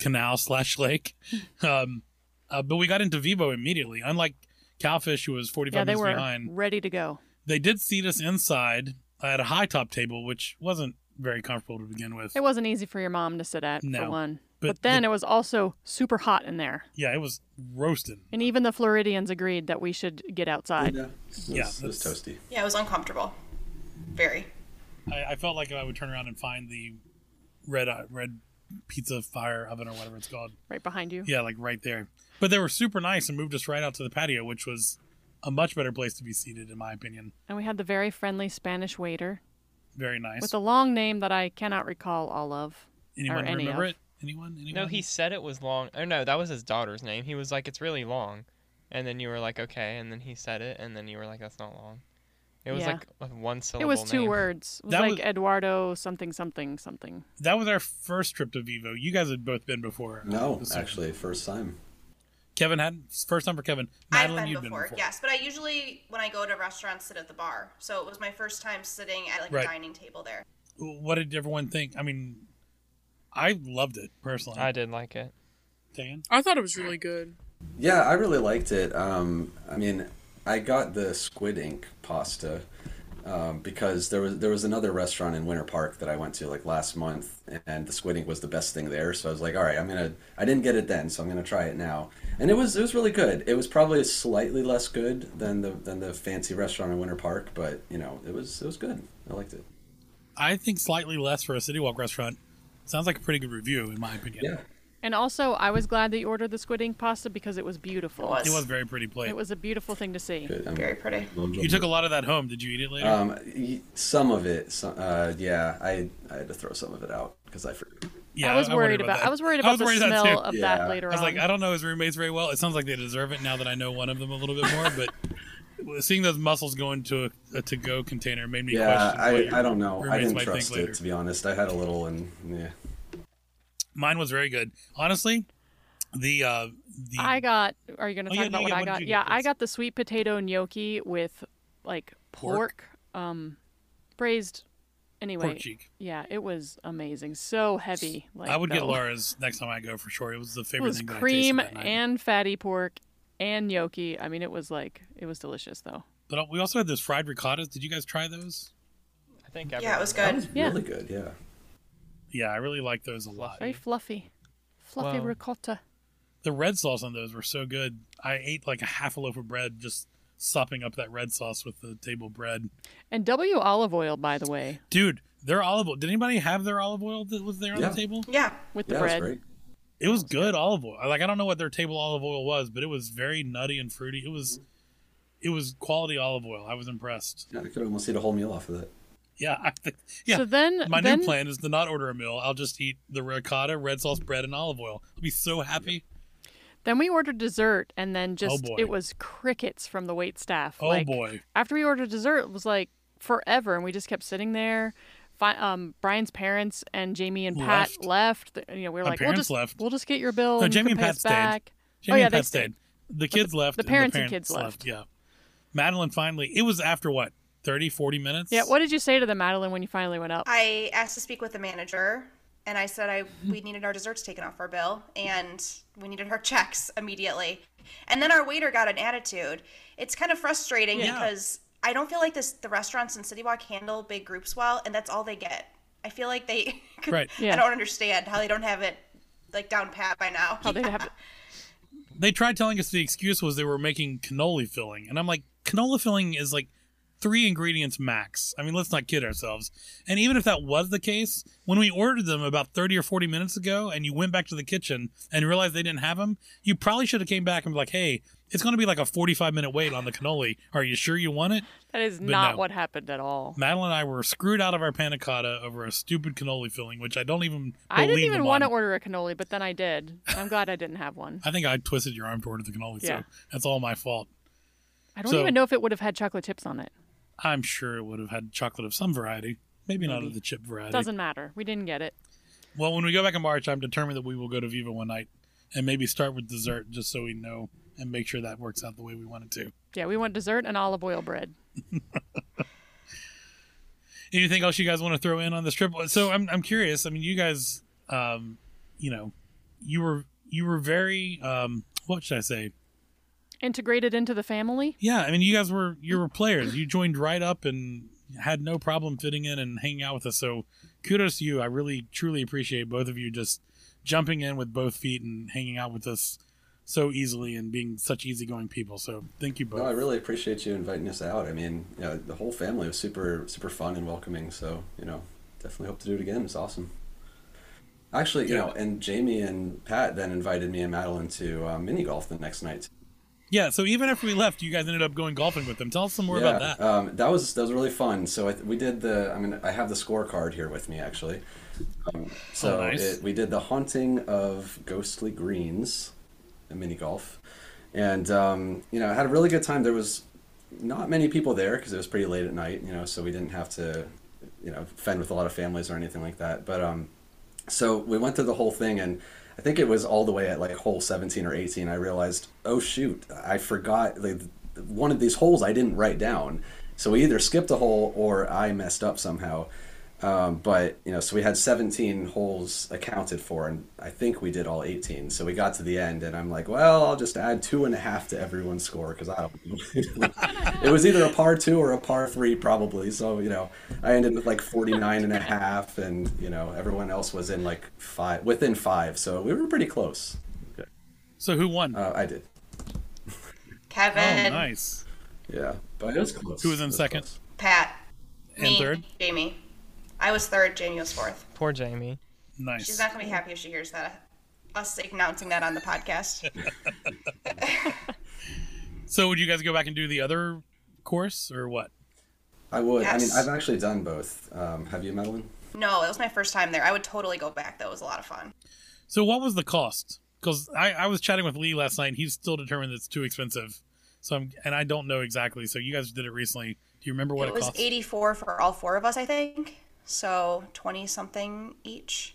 Speaker 5: canal slash lake. Um, uh, but we got into Vivo immediately. Unlike Cowfish, who was forty five
Speaker 3: yeah, they
Speaker 5: minutes
Speaker 3: were
Speaker 5: behind
Speaker 3: ready to go.
Speaker 5: they did seat us inside at a high top table, which wasn't very comfortable to begin with.
Speaker 3: It wasn't easy for your mom to sit at
Speaker 5: No,
Speaker 3: for one,
Speaker 5: but
Speaker 3: but, then
Speaker 5: the-
Speaker 3: it was also super hot in there,
Speaker 5: Yeah, it was roasting.
Speaker 3: and even the Floridians agreed that we should get outside.
Speaker 11: Yeah,
Speaker 5: Yeah,
Speaker 11: it was toasty.
Speaker 10: Yeah, it was uncomfortable. Very.
Speaker 5: I, I felt like I would turn around and find the red uh, red pizza fire oven or whatever it's called
Speaker 3: Right behind you.
Speaker 5: Yeah, like right there. But they were super nice and moved us right out to the patio, which was a much better place to be seated, in my opinion.
Speaker 3: And we had the very friendly Spanish waiter
Speaker 5: Very nice.
Speaker 3: with a long name that I cannot recall all of.
Speaker 5: Anyone
Speaker 3: or any
Speaker 5: remember
Speaker 3: of.
Speaker 5: it? Anyone? Anyone?
Speaker 2: No, he said it was long. Oh no, that was his daughter's name. He was like, "It's really long," and then you were like, "Okay," and then he said it, and then you were like, "That's not long." It was
Speaker 3: Yeah.
Speaker 2: like a one syllable.
Speaker 3: It was two
Speaker 2: name.
Speaker 3: words. It was
Speaker 5: That
Speaker 3: like
Speaker 5: was-
Speaker 3: Eduardo something something something.
Speaker 5: That was our first trip to Vivo. You guys had both been before.
Speaker 11: No,
Speaker 5: This-
Speaker 11: actually, first time.
Speaker 5: Kevin had first time for Kevin.
Speaker 10: I've
Speaker 5: Madeline,
Speaker 10: been
Speaker 5: you've
Speaker 10: before,
Speaker 5: been before.
Speaker 10: yes, but I usually when I go to restaurants sit at the bar. So it was my first time sitting at like
Speaker 5: Right.
Speaker 10: a dining table there.
Speaker 5: What did everyone think? I mean, I loved it personally. I
Speaker 2: did like it.
Speaker 5: Dan,
Speaker 4: I thought it was really good.
Speaker 11: Yeah, I really liked it. Um, I mean, I got the squid ink pasta um, because there was there was another restaurant in Winter Park that I went to like last month, and the squid ink was the best thing there. So I was like, all right, I'm gonna. I didn't get it then, so I'm gonna try it now. And it was it was really good. It was probably slightly less good than the than the fancy restaurant in Winter Park, but you know, it was it was good. I liked it.
Speaker 5: I think slightly less for a City Walk restaurant. Sounds like a pretty good review, in my opinion. Yeah.
Speaker 3: And also, I was glad that you ordered the squid ink pasta because it was beautiful.
Speaker 5: It was very pretty plate.
Speaker 3: It was a beautiful thing to see.
Speaker 5: You took a lot of that home. Did you eat it later?
Speaker 11: Um, y- some of it, some, uh, yeah, I I had to throw some of it out because I forgot.
Speaker 5: yeah,
Speaker 3: I was worried about-
Speaker 5: that.
Speaker 3: I was worried about the
Speaker 5: about that
Speaker 3: smell
Speaker 5: too.
Speaker 3: of that Yeah. later
Speaker 5: I was like,
Speaker 3: on.
Speaker 5: I don't know his roommates very well. It sounds like they deserve it now that I know one of them a little bit more. But seeing those mussels go into a, a to-go container made me
Speaker 11: Yeah,
Speaker 5: question. what
Speaker 11: I,
Speaker 5: your
Speaker 11: I don't know. I
Speaker 5: roommates
Speaker 11: didn't
Speaker 5: might think
Speaker 11: trust
Speaker 5: later.
Speaker 11: it to be honest. I had a little, and yeah,
Speaker 5: Mine was very good, honestly. The uh, the
Speaker 3: I got. Are you going to
Speaker 5: Oh,
Speaker 3: talk
Speaker 5: yeah,
Speaker 3: about
Speaker 5: yeah,
Speaker 3: what
Speaker 5: yeah,
Speaker 3: I
Speaker 5: what did
Speaker 3: got?
Speaker 5: you get,
Speaker 3: yeah, I got the sweet potato gnocchi with like
Speaker 5: Pork?
Speaker 3: pork, um, braised. Anyway,
Speaker 5: cheek.
Speaker 3: yeah, it was amazing. So heavy. Like
Speaker 5: I would get
Speaker 3: though.
Speaker 5: Laura's next time I go for sure. It was the
Speaker 3: It
Speaker 5: favorite
Speaker 3: was
Speaker 5: thing.
Speaker 3: cream
Speaker 5: that I tasted that night.
Speaker 3: and fatty pork and gnocchi. I mean, it was like it was delicious though.
Speaker 5: But we also had those fried ricottas. Did you guys try those?
Speaker 2: I think.
Speaker 10: Yeah, it was good. That was
Speaker 3: Yeah.
Speaker 11: really good. Yeah.
Speaker 5: Yeah, I really liked those a lot.
Speaker 3: Very fluffy, fluffy
Speaker 5: Wow.
Speaker 3: ricotta.
Speaker 5: The red sauce on those were so good. I ate like a half a loaf of bread just sopping up that red sauce with the table bread.
Speaker 3: And W olive oil, by the way,
Speaker 5: Dude, their olive oil. Did anybody have their olive oil that was there on
Speaker 3: Yeah.
Speaker 5: the table?
Speaker 10: Yeah.
Speaker 3: with the bread.
Speaker 5: It was good olive oil. Like I don't know what their table olive oil was, but it was very nutty and fruity. It was it was quality olive oil. I was impressed.
Speaker 11: I could almost eat a whole meal off of that.
Speaker 5: Yeah, I think, yeah.
Speaker 3: So then-
Speaker 5: my
Speaker 3: then-
Speaker 5: new plan is to not order a meal. I'll just eat the ricotta, red sauce bread, and olive oil. I'll be so happy.
Speaker 3: Then we ordered dessert, and then just
Speaker 5: Oh, boy.
Speaker 3: it was crickets from the wait staff.
Speaker 5: Oh,
Speaker 3: like,
Speaker 5: boy.
Speaker 3: After we ordered dessert, it was like forever, and we just kept sitting there. Fi- um, Brian's parents and Jamie and Pat
Speaker 5: Left.
Speaker 3: left. Th- You know, we were
Speaker 5: My
Speaker 3: like, we'll
Speaker 5: parents
Speaker 3: just
Speaker 5: left.
Speaker 3: we'll just get your bill.
Speaker 5: No,
Speaker 3: and you
Speaker 5: Jamie
Speaker 3: can
Speaker 5: and
Speaker 3: pay
Speaker 5: Pat
Speaker 3: us
Speaker 5: stayed.
Speaker 3: back.
Speaker 5: Jamie
Speaker 3: oh yeah,
Speaker 5: and
Speaker 3: they
Speaker 5: Pat stayed. The kids left.
Speaker 3: the
Speaker 5: and
Speaker 3: parents and kids left.
Speaker 5: Yeah. Madeline finally. It was after what 30, 40 minutes.
Speaker 3: Yeah. What did you say to them, Madeline, when you finally went up?
Speaker 10: I asked to speak with the manager, and I said I we needed our desserts taken off our bill, and we needed our checks immediately. And then our waiter got an attitude. It's kind of frustrating
Speaker 14: Yeah.
Speaker 10: because I don't feel like this the restaurants in City Walk handle big groups well, and that's all they get. I feel like they.
Speaker 5: Right.
Speaker 10: I don't understand how they don't have it like down pat by now. How
Speaker 3: they have.
Speaker 5: They tried telling us the excuse was they were making cannoli filling, and I'm like, cannoli filling is like three ingredients max. I mean, let's not kid ourselves. And even if that was the case, when we ordered them about 30 or 40 minutes ago, and you went back to the kitchen and realized they didn't have them, you probably should have came back and be like, hey. It's going to be like a 45 minute wait on the cannoli. Are you sure you want it?
Speaker 3: That is
Speaker 5: But
Speaker 3: not
Speaker 5: no.
Speaker 3: what happened at all.
Speaker 5: Madeline and I were screwed out of our panna cotta over a stupid cannoli filling, which I don't even.
Speaker 3: I didn't
Speaker 5: believe
Speaker 3: even
Speaker 5: them
Speaker 3: want to
Speaker 5: on.
Speaker 3: order a cannoli, but then I did. I'm glad I didn't have one.
Speaker 5: I think I twisted your arm to order the cannoli,
Speaker 3: Yeah.
Speaker 5: so that's all my fault.
Speaker 3: I don't
Speaker 5: So-
Speaker 3: even know if it would have had chocolate chips on it.
Speaker 5: I'm sure it would have had chocolate of some variety, maybe, not
Speaker 3: Maybe.
Speaker 5: of the chip variety.
Speaker 3: Doesn't matter. We didn't get it.
Speaker 5: Well, when we go back in March, I'm determined that we will go to Viva one night and maybe start with dessert, just so we know and make sure that works out the way we want it to.
Speaker 3: Yeah, we want dessert and olive oil bread.
Speaker 5: Anything else you guys want to throw in on this trip? So I'm I'm curious. I mean, you guys, um, you know, you were you were very um, what should I say?
Speaker 3: Integrated into the family.
Speaker 5: Yeah, I mean, you guys were you were players. You joined right up and had no problem fitting in and hanging out with us. So kudos to you. I really truly appreciate both of you just jumping in with both feet and hanging out with us so easily and being such easygoing people. So thank you both.
Speaker 11: No, I really appreciate you inviting us out. I mean, you know, the whole family was super super fun and welcoming. So you know, definitely hope to do it again. It's awesome. Actually, you know, and Jamie and Pat then invited me and Madeline to uh, mini golf the next night.
Speaker 5: Yeah, so even after we left, you guys ended up going golfing with them. Tell us some more about that.
Speaker 11: Um, that was that was really fun. So I, th- we did the. I mean, I have the scorecard here with me actually. Um, so
Speaker 5: Oh, nice.
Speaker 11: it, we did the haunting of ghostly greens, a mini golf, and um, you know I had a really good time. There was not many people there because it was pretty late at night. You know, so we didn't have to, you know, fend with a lot of families or anything like that. But um, so we went through the whole thing and i think it was all the way at like hole 17 or 18 i realized oh shoot i forgot like one of these holes i didn't write down so we either skipped a hole or i messed up somehow um, but you know so we had 17 holes accounted for and i think we did all 18 so we got to the end and i'm like well i'll just add two and a half to everyone's score because i don't know it was either a par two or a par three probably so you know i ended with like 49 and a half and you know everyone else was in like five within five so we were pretty close okay.
Speaker 5: so who won
Speaker 11: uh, i did
Speaker 10: Kevin,
Speaker 5: Oh, nice.
Speaker 11: Yeah, but it was close.
Speaker 5: Who was in second?
Speaker 10: Pat,
Speaker 5: And
Speaker 10: me,
Speaker 5: third?
Speaker 10: Jamie. I was third. Jamie was fourth.
Speaker 2: Poor Jamie.
Speaker 5: Nice.
Speaker 10: She's not gonna be happy if she hears that. Us announcing that on the podcast.
Speaker 5: So would you guys go back and do the other course or what?
Speaker 11: i would i mean
Speaker 10: Yes.
Speaker 11: i've actually done both um, have you madeline
Speaker 10: no, it was my first time there. I would totally go back. though. It was a lot of fun.
Speaker 5: So what was the cost? Because I, I was chatting with Lee last night. and He's still determined it's too expensive. So I'm and I don't know exactly. So you guys did it recently. Do you remember what
Speaker 10: it
Speaker 5: it,
Speaker 10: was
Speaker 5: cost?
Speaker 10: 84 for all four of us, I think. So 20 something each.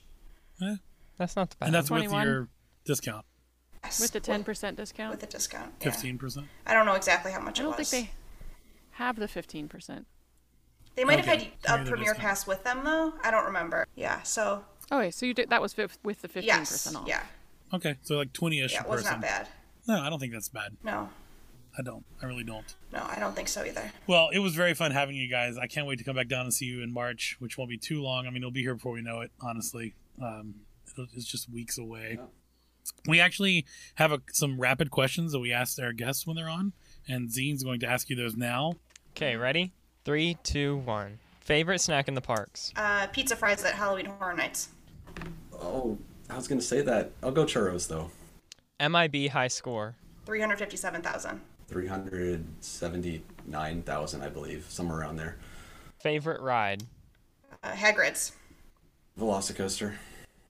Speaker 2: That's not the bad.
Speaker 5: And that's with
Speaker 10: 21.
Speaker 5: your discount,
Speaker 3: With the ten percent discount. With
Speaker 10: the discount.
Speaker 5: fifteen percent.
Speaker 10: I don't know exactly how much
Speaker 3: I
Speaker 10: it
Speaker 3: don't
Speaker 10: was.
Speaker 3: think they have the fifteen percent.
Speaker 10: They might have
Speaker 3: Okay, so
Speaker 10: had
Speaker 3: maybe
Speaker 10: a
Speaker 3: they're
Speaker 10: premiere
Speaker 3: discount.
Speaker 10: pass with them though. I don't remember. Yeah. So
Speaker 3: Oh, wait, so you did that was fif- with the fifteen
Speaker 10: yes.
Speaker 3: percent off.
Speaker 10: Yeah.
Speaker 5: Okay, so like twenty-ish
Speaker 10: Yeah,
Speaker 5: per
Speaker 10: it was
Speaker 5: person.
Speaker 10: not bad.
Speaker 5: No, I don't think that's bad.
Speaker 10: No.
Speaker 5: I don't. I really don't.
Speaker 10: No, I don't think so either.
Speaker 5: Well, it was very fun having you guys. I can't wait to come back down and see you in March, which won't be too long. I mean, it'll be here before we know it. Honestly, um, it'll, it's just weeks away. We actually have a, some rapid questions that we asked our guests when they're on, and Zine's going to ask you those now.
Speaker 2: Okay, ready? Three, two, one. Favorite snack in the parks?
Speaker 10: Uh, pizza fries at Halloween Horror Nights.
Speaker 11: oh i was gonna say that i'll go churros though
Speaker 2: MIB high score.
Speaker 10: 357,000.
Speaker 11: 379000 i believe somewhere around there
Speaker 2: Favorite ride?
Speaker 10: Uh, Hagrid's
Speaker 11: velocicoaster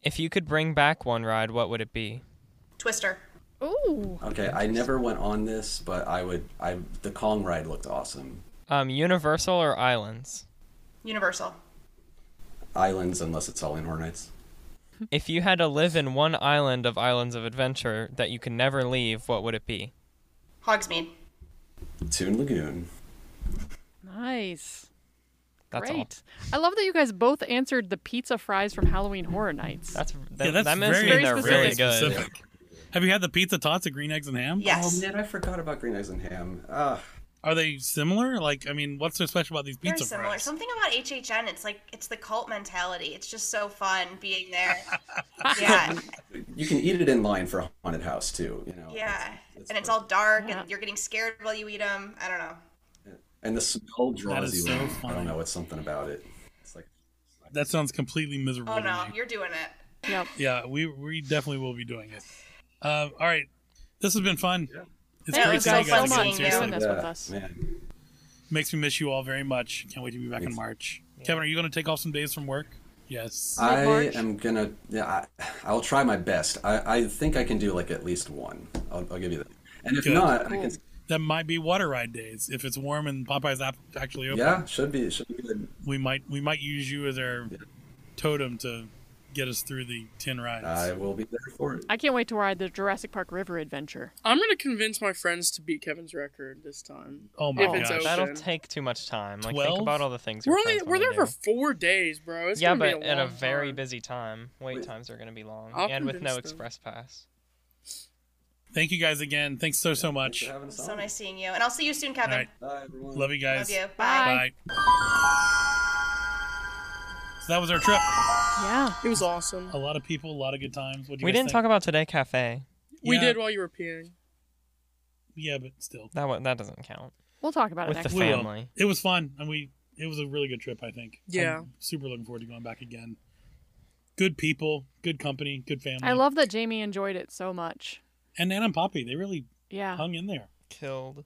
Speaker 2: If you could bring back one ride, what would it be?
Speaker 10: Twister.
Speaker 3: Ooh.
Speaker 11: okay i never went on this but i would i the kong ride looked awesome
Speaker 2: Um, Universal or Islands?
Speaker 10: Universal.
Speaker 11: islands unless it's all in hornets
Speaker 2: If you had to live in one island of Islands of Adventure that you can never leave, what would it be?
Speaker 10: Hogsmeade.
Speaker 11: Toon Lagoon.
Speaker 3: Nice.
Speaker 2: That's all.
Speaker 3: Great. I love that you guys both answered the pizza fries from Halloween Horror Nights.
Speaker 2: That's
Speaker 5: yeah, that's
Speaker 2: that means
Speaker 5: very,
Speaker 2: they're
Speaker 5: very
Speaker 2: really good.
Speaker 5: specific. Have you had the pizza tots at Green Eggs and Ham?
Speaker 11: Oh man, I forgot about green eggs and ham. Uh,
Speaker 5: Are they similar? Like, I mean, what's so special about these
Speaker 10: Very
Speaker 5: pizza
Speaker 10: similar.
Speaker 5: fries?
Speaker 10: Something about HHN. It's like, it's the cult mentality. It's just so fun being there. yeah.
Speaker 11: you can eat it in line for a haunted house too. You know,
Speaker 10: Yeah. and it's all dark and you're getting scared while you eat them. I don't know.
Speaker 11: and the smell
Speaker 5: That
Speaker 11: draws
Speaker 5: is
Speaker 11: you
Speaker 5: so
Speaker 11: in. I
Speaker 5: funny.
Speaker 11: don't know, it's something about it. It's like
Speaker 5: That sounds completely miserable.
Speaker 10: Oh
Speaker 5: to
Speaker 10: no,
Speaker 5: me.
Speaker 10: you're doing it.
Speaker 3: Yep.
Speaker 5: Yeah, we we definitely will be doing it.
Speaker 2: Uh,
Speaker 5: Um, all right, this has been fun. It's
Speaker 3: Yeah, it
Speaker 5: great
Speaker 3: was
Speaker 5: seeing you
Speaker 3: so
Speaker 5: guys
Speaker 3: fun
Speaker 5: again.
Speaker 3: seeing you
Speaker 5: Seriously,
Speaker 3: doing this with Yeah, us.
Speaker 11: Man.
Speaker 5: makes me miss you all very much. Can't wait to be back in March. Kevin, are you going to take off some days from work? Yes.
Speaker 11: I am gonna. Yeah, I, I'll try my best. I, I think I can do like at least one. I'll, I'll give you that. And if
Speaker 5: Good.
Speaker 11: not, I can,
Speaker 5: that might be water ride days if it's warm and Popeye's app actually open.
Speaker 11: yeah, should be should be good.
Speaker 5: we might we might use you as our totem to get us through the ten rides.
Speaker 11: I will be there for it.
Speaker 3: I can't wait to ride the Jurassic Park River Adventure.
Speaker 4: I'm gonna convince my friends to beat Kevin's record this time.
Speaker 5: Oh
Speaker 4: if it's open.
Speaker 2: that'll take too much time. Like think
Speaker 4: Twelve?
Speaker 2: about all the things.
Speaker 4: we're
Speaker 2: your
Speaker 4: only
Speaker 2: friends
Speaker 4: we're
Speaker 2: wanna
Speaker 4: there for
Speaker 2: do.
Speaker 4: four days, bro. It's
Speaker 2: yeah,
Speaker 4: gonna
Speaker 2: but
Speaker 4: be a
Speaker 2: at
Speaker 4: long
Speaker 2: a very
Speaker 4: time.
Speaker 2: busy time. Wait times are going to be long,
Speaker 4: I'll
Speaker 2: and with no
Speaker 4: convince them.
Speaker 2: express pass.
Speaker 5: Thank you guys again. Thanks so so much.
Speaker 10: It was so nice seeing you. And I'll see you soon, Kevin.
Speaker 11: Bye, everyone.
Speaker 5: Love you guys.
Speaker 10: Love you. Bye.
Speaker 5: So that was our trip.
Speaker 3: Yeah,
Speaker 4: it was awesome.
Speaker 5: A lot of people, a lot of good times. What do you
Speaker 2: We
Speaker 5: guys
Speaker 2: didn't
Speaker 5: think?
Speaker 2: talk about today cafe.
Speaker 4: We
Speaker 5: Yeah.
Speaker 4: did while you were peeing.
Speaker 5: Yeah, but still,
Speaker 2: That one, that doesn't count.
Speaker 3: We'll talk about it
Speaker 2: With
Speaker 3: next
Speaker 2: the
Speaker 3: time.
Speaker 5: We will.
Speaker 2: family.
Speaker 5: It was fun, and we it was a really good trip. I think.
Speaker 3: Yeah.
Speaker 5: I'm super looking forward to going back again. Good people, good company, good family.
Speaker 3: I love that Jamie enjoyed it so much.
Speaker 5: and Anna and Poppy. They really
Speaker 3: Yeah.
Speaker 5: hung in there.
Speaker 2: killed.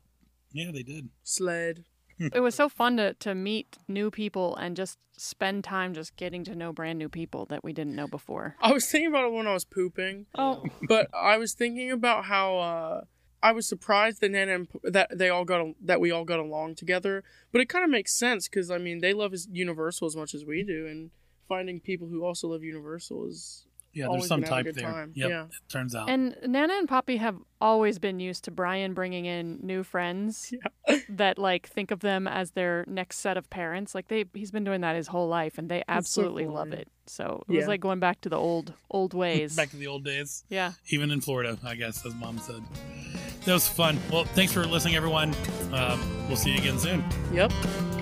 Speaker 5: Yeah, they did.
Speaker 4: Sled.
Speaker 3: it was so fun to, to meet new people and just spend time just getting to know brand new people that we didn't know before.
Speaker 4: I was thinking about it when I was pooping.
Speaker 3: Oh.
Speaker 4: But I was thinking about how uh, I was surprised that Nana and P- that they all got al- that we all got along together. But it kind of makes sense because I mean they love is- Universal as much as we do, and finding people who also love Universal is
Speaker 5: Yeah,
Speaker 4: always
Speaker 5: there's some
Speaker 4: gonna have a
Speaker 5: type
Speaker 4: good
Speaker 5: there.
Speaker 4: time.
Speaker 5: Yep,
Speaker 4: Yeah.
Speaker 5: it turns out.
Speaker 3: And Nana and Poppy have always been used to Brian bringing in new friends that like think of them as their next set of parents. Like they he's been doing that his whole life and they
Speaker 5: That's so
Speaker 3: absolutely love
Speaker 5: fun.
Speaker 3: it. So it was
Speaker 5: Yeah.
Speaker 3: like going back to the old old ways.
Speaker 5: Back to the old days.
Speaker 3: Yeah.
Speaker 5: Even in Florida, I guess, as mom said. That was fun. Well, thanks for listening, everyone. Um, we'll see you again soon.
Speaker 4: Yep.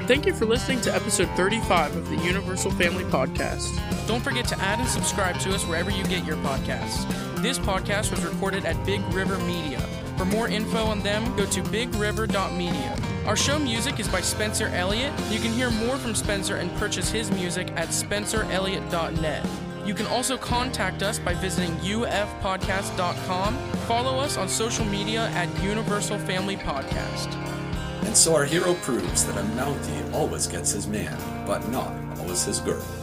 Speaker 4: Thank you for listening to episode 35 of the Universal Family Podcast.
Speaker 14: Don't forget to add and subscribe to us wherever you get your podcasts. This podcast was recorded at Big River Media. For more info on them, go to bigriver.media. Our show music is by Spencer Elliott. You can hear more from Spencer and purchase his music at spencerelliott.net. You can also contact us by visiting ufpodcast.com. Follow us on social media at Universal Family Podcast.
Speaker 11: And so our hero proves that a Mountie always gets his man, but not always his girl.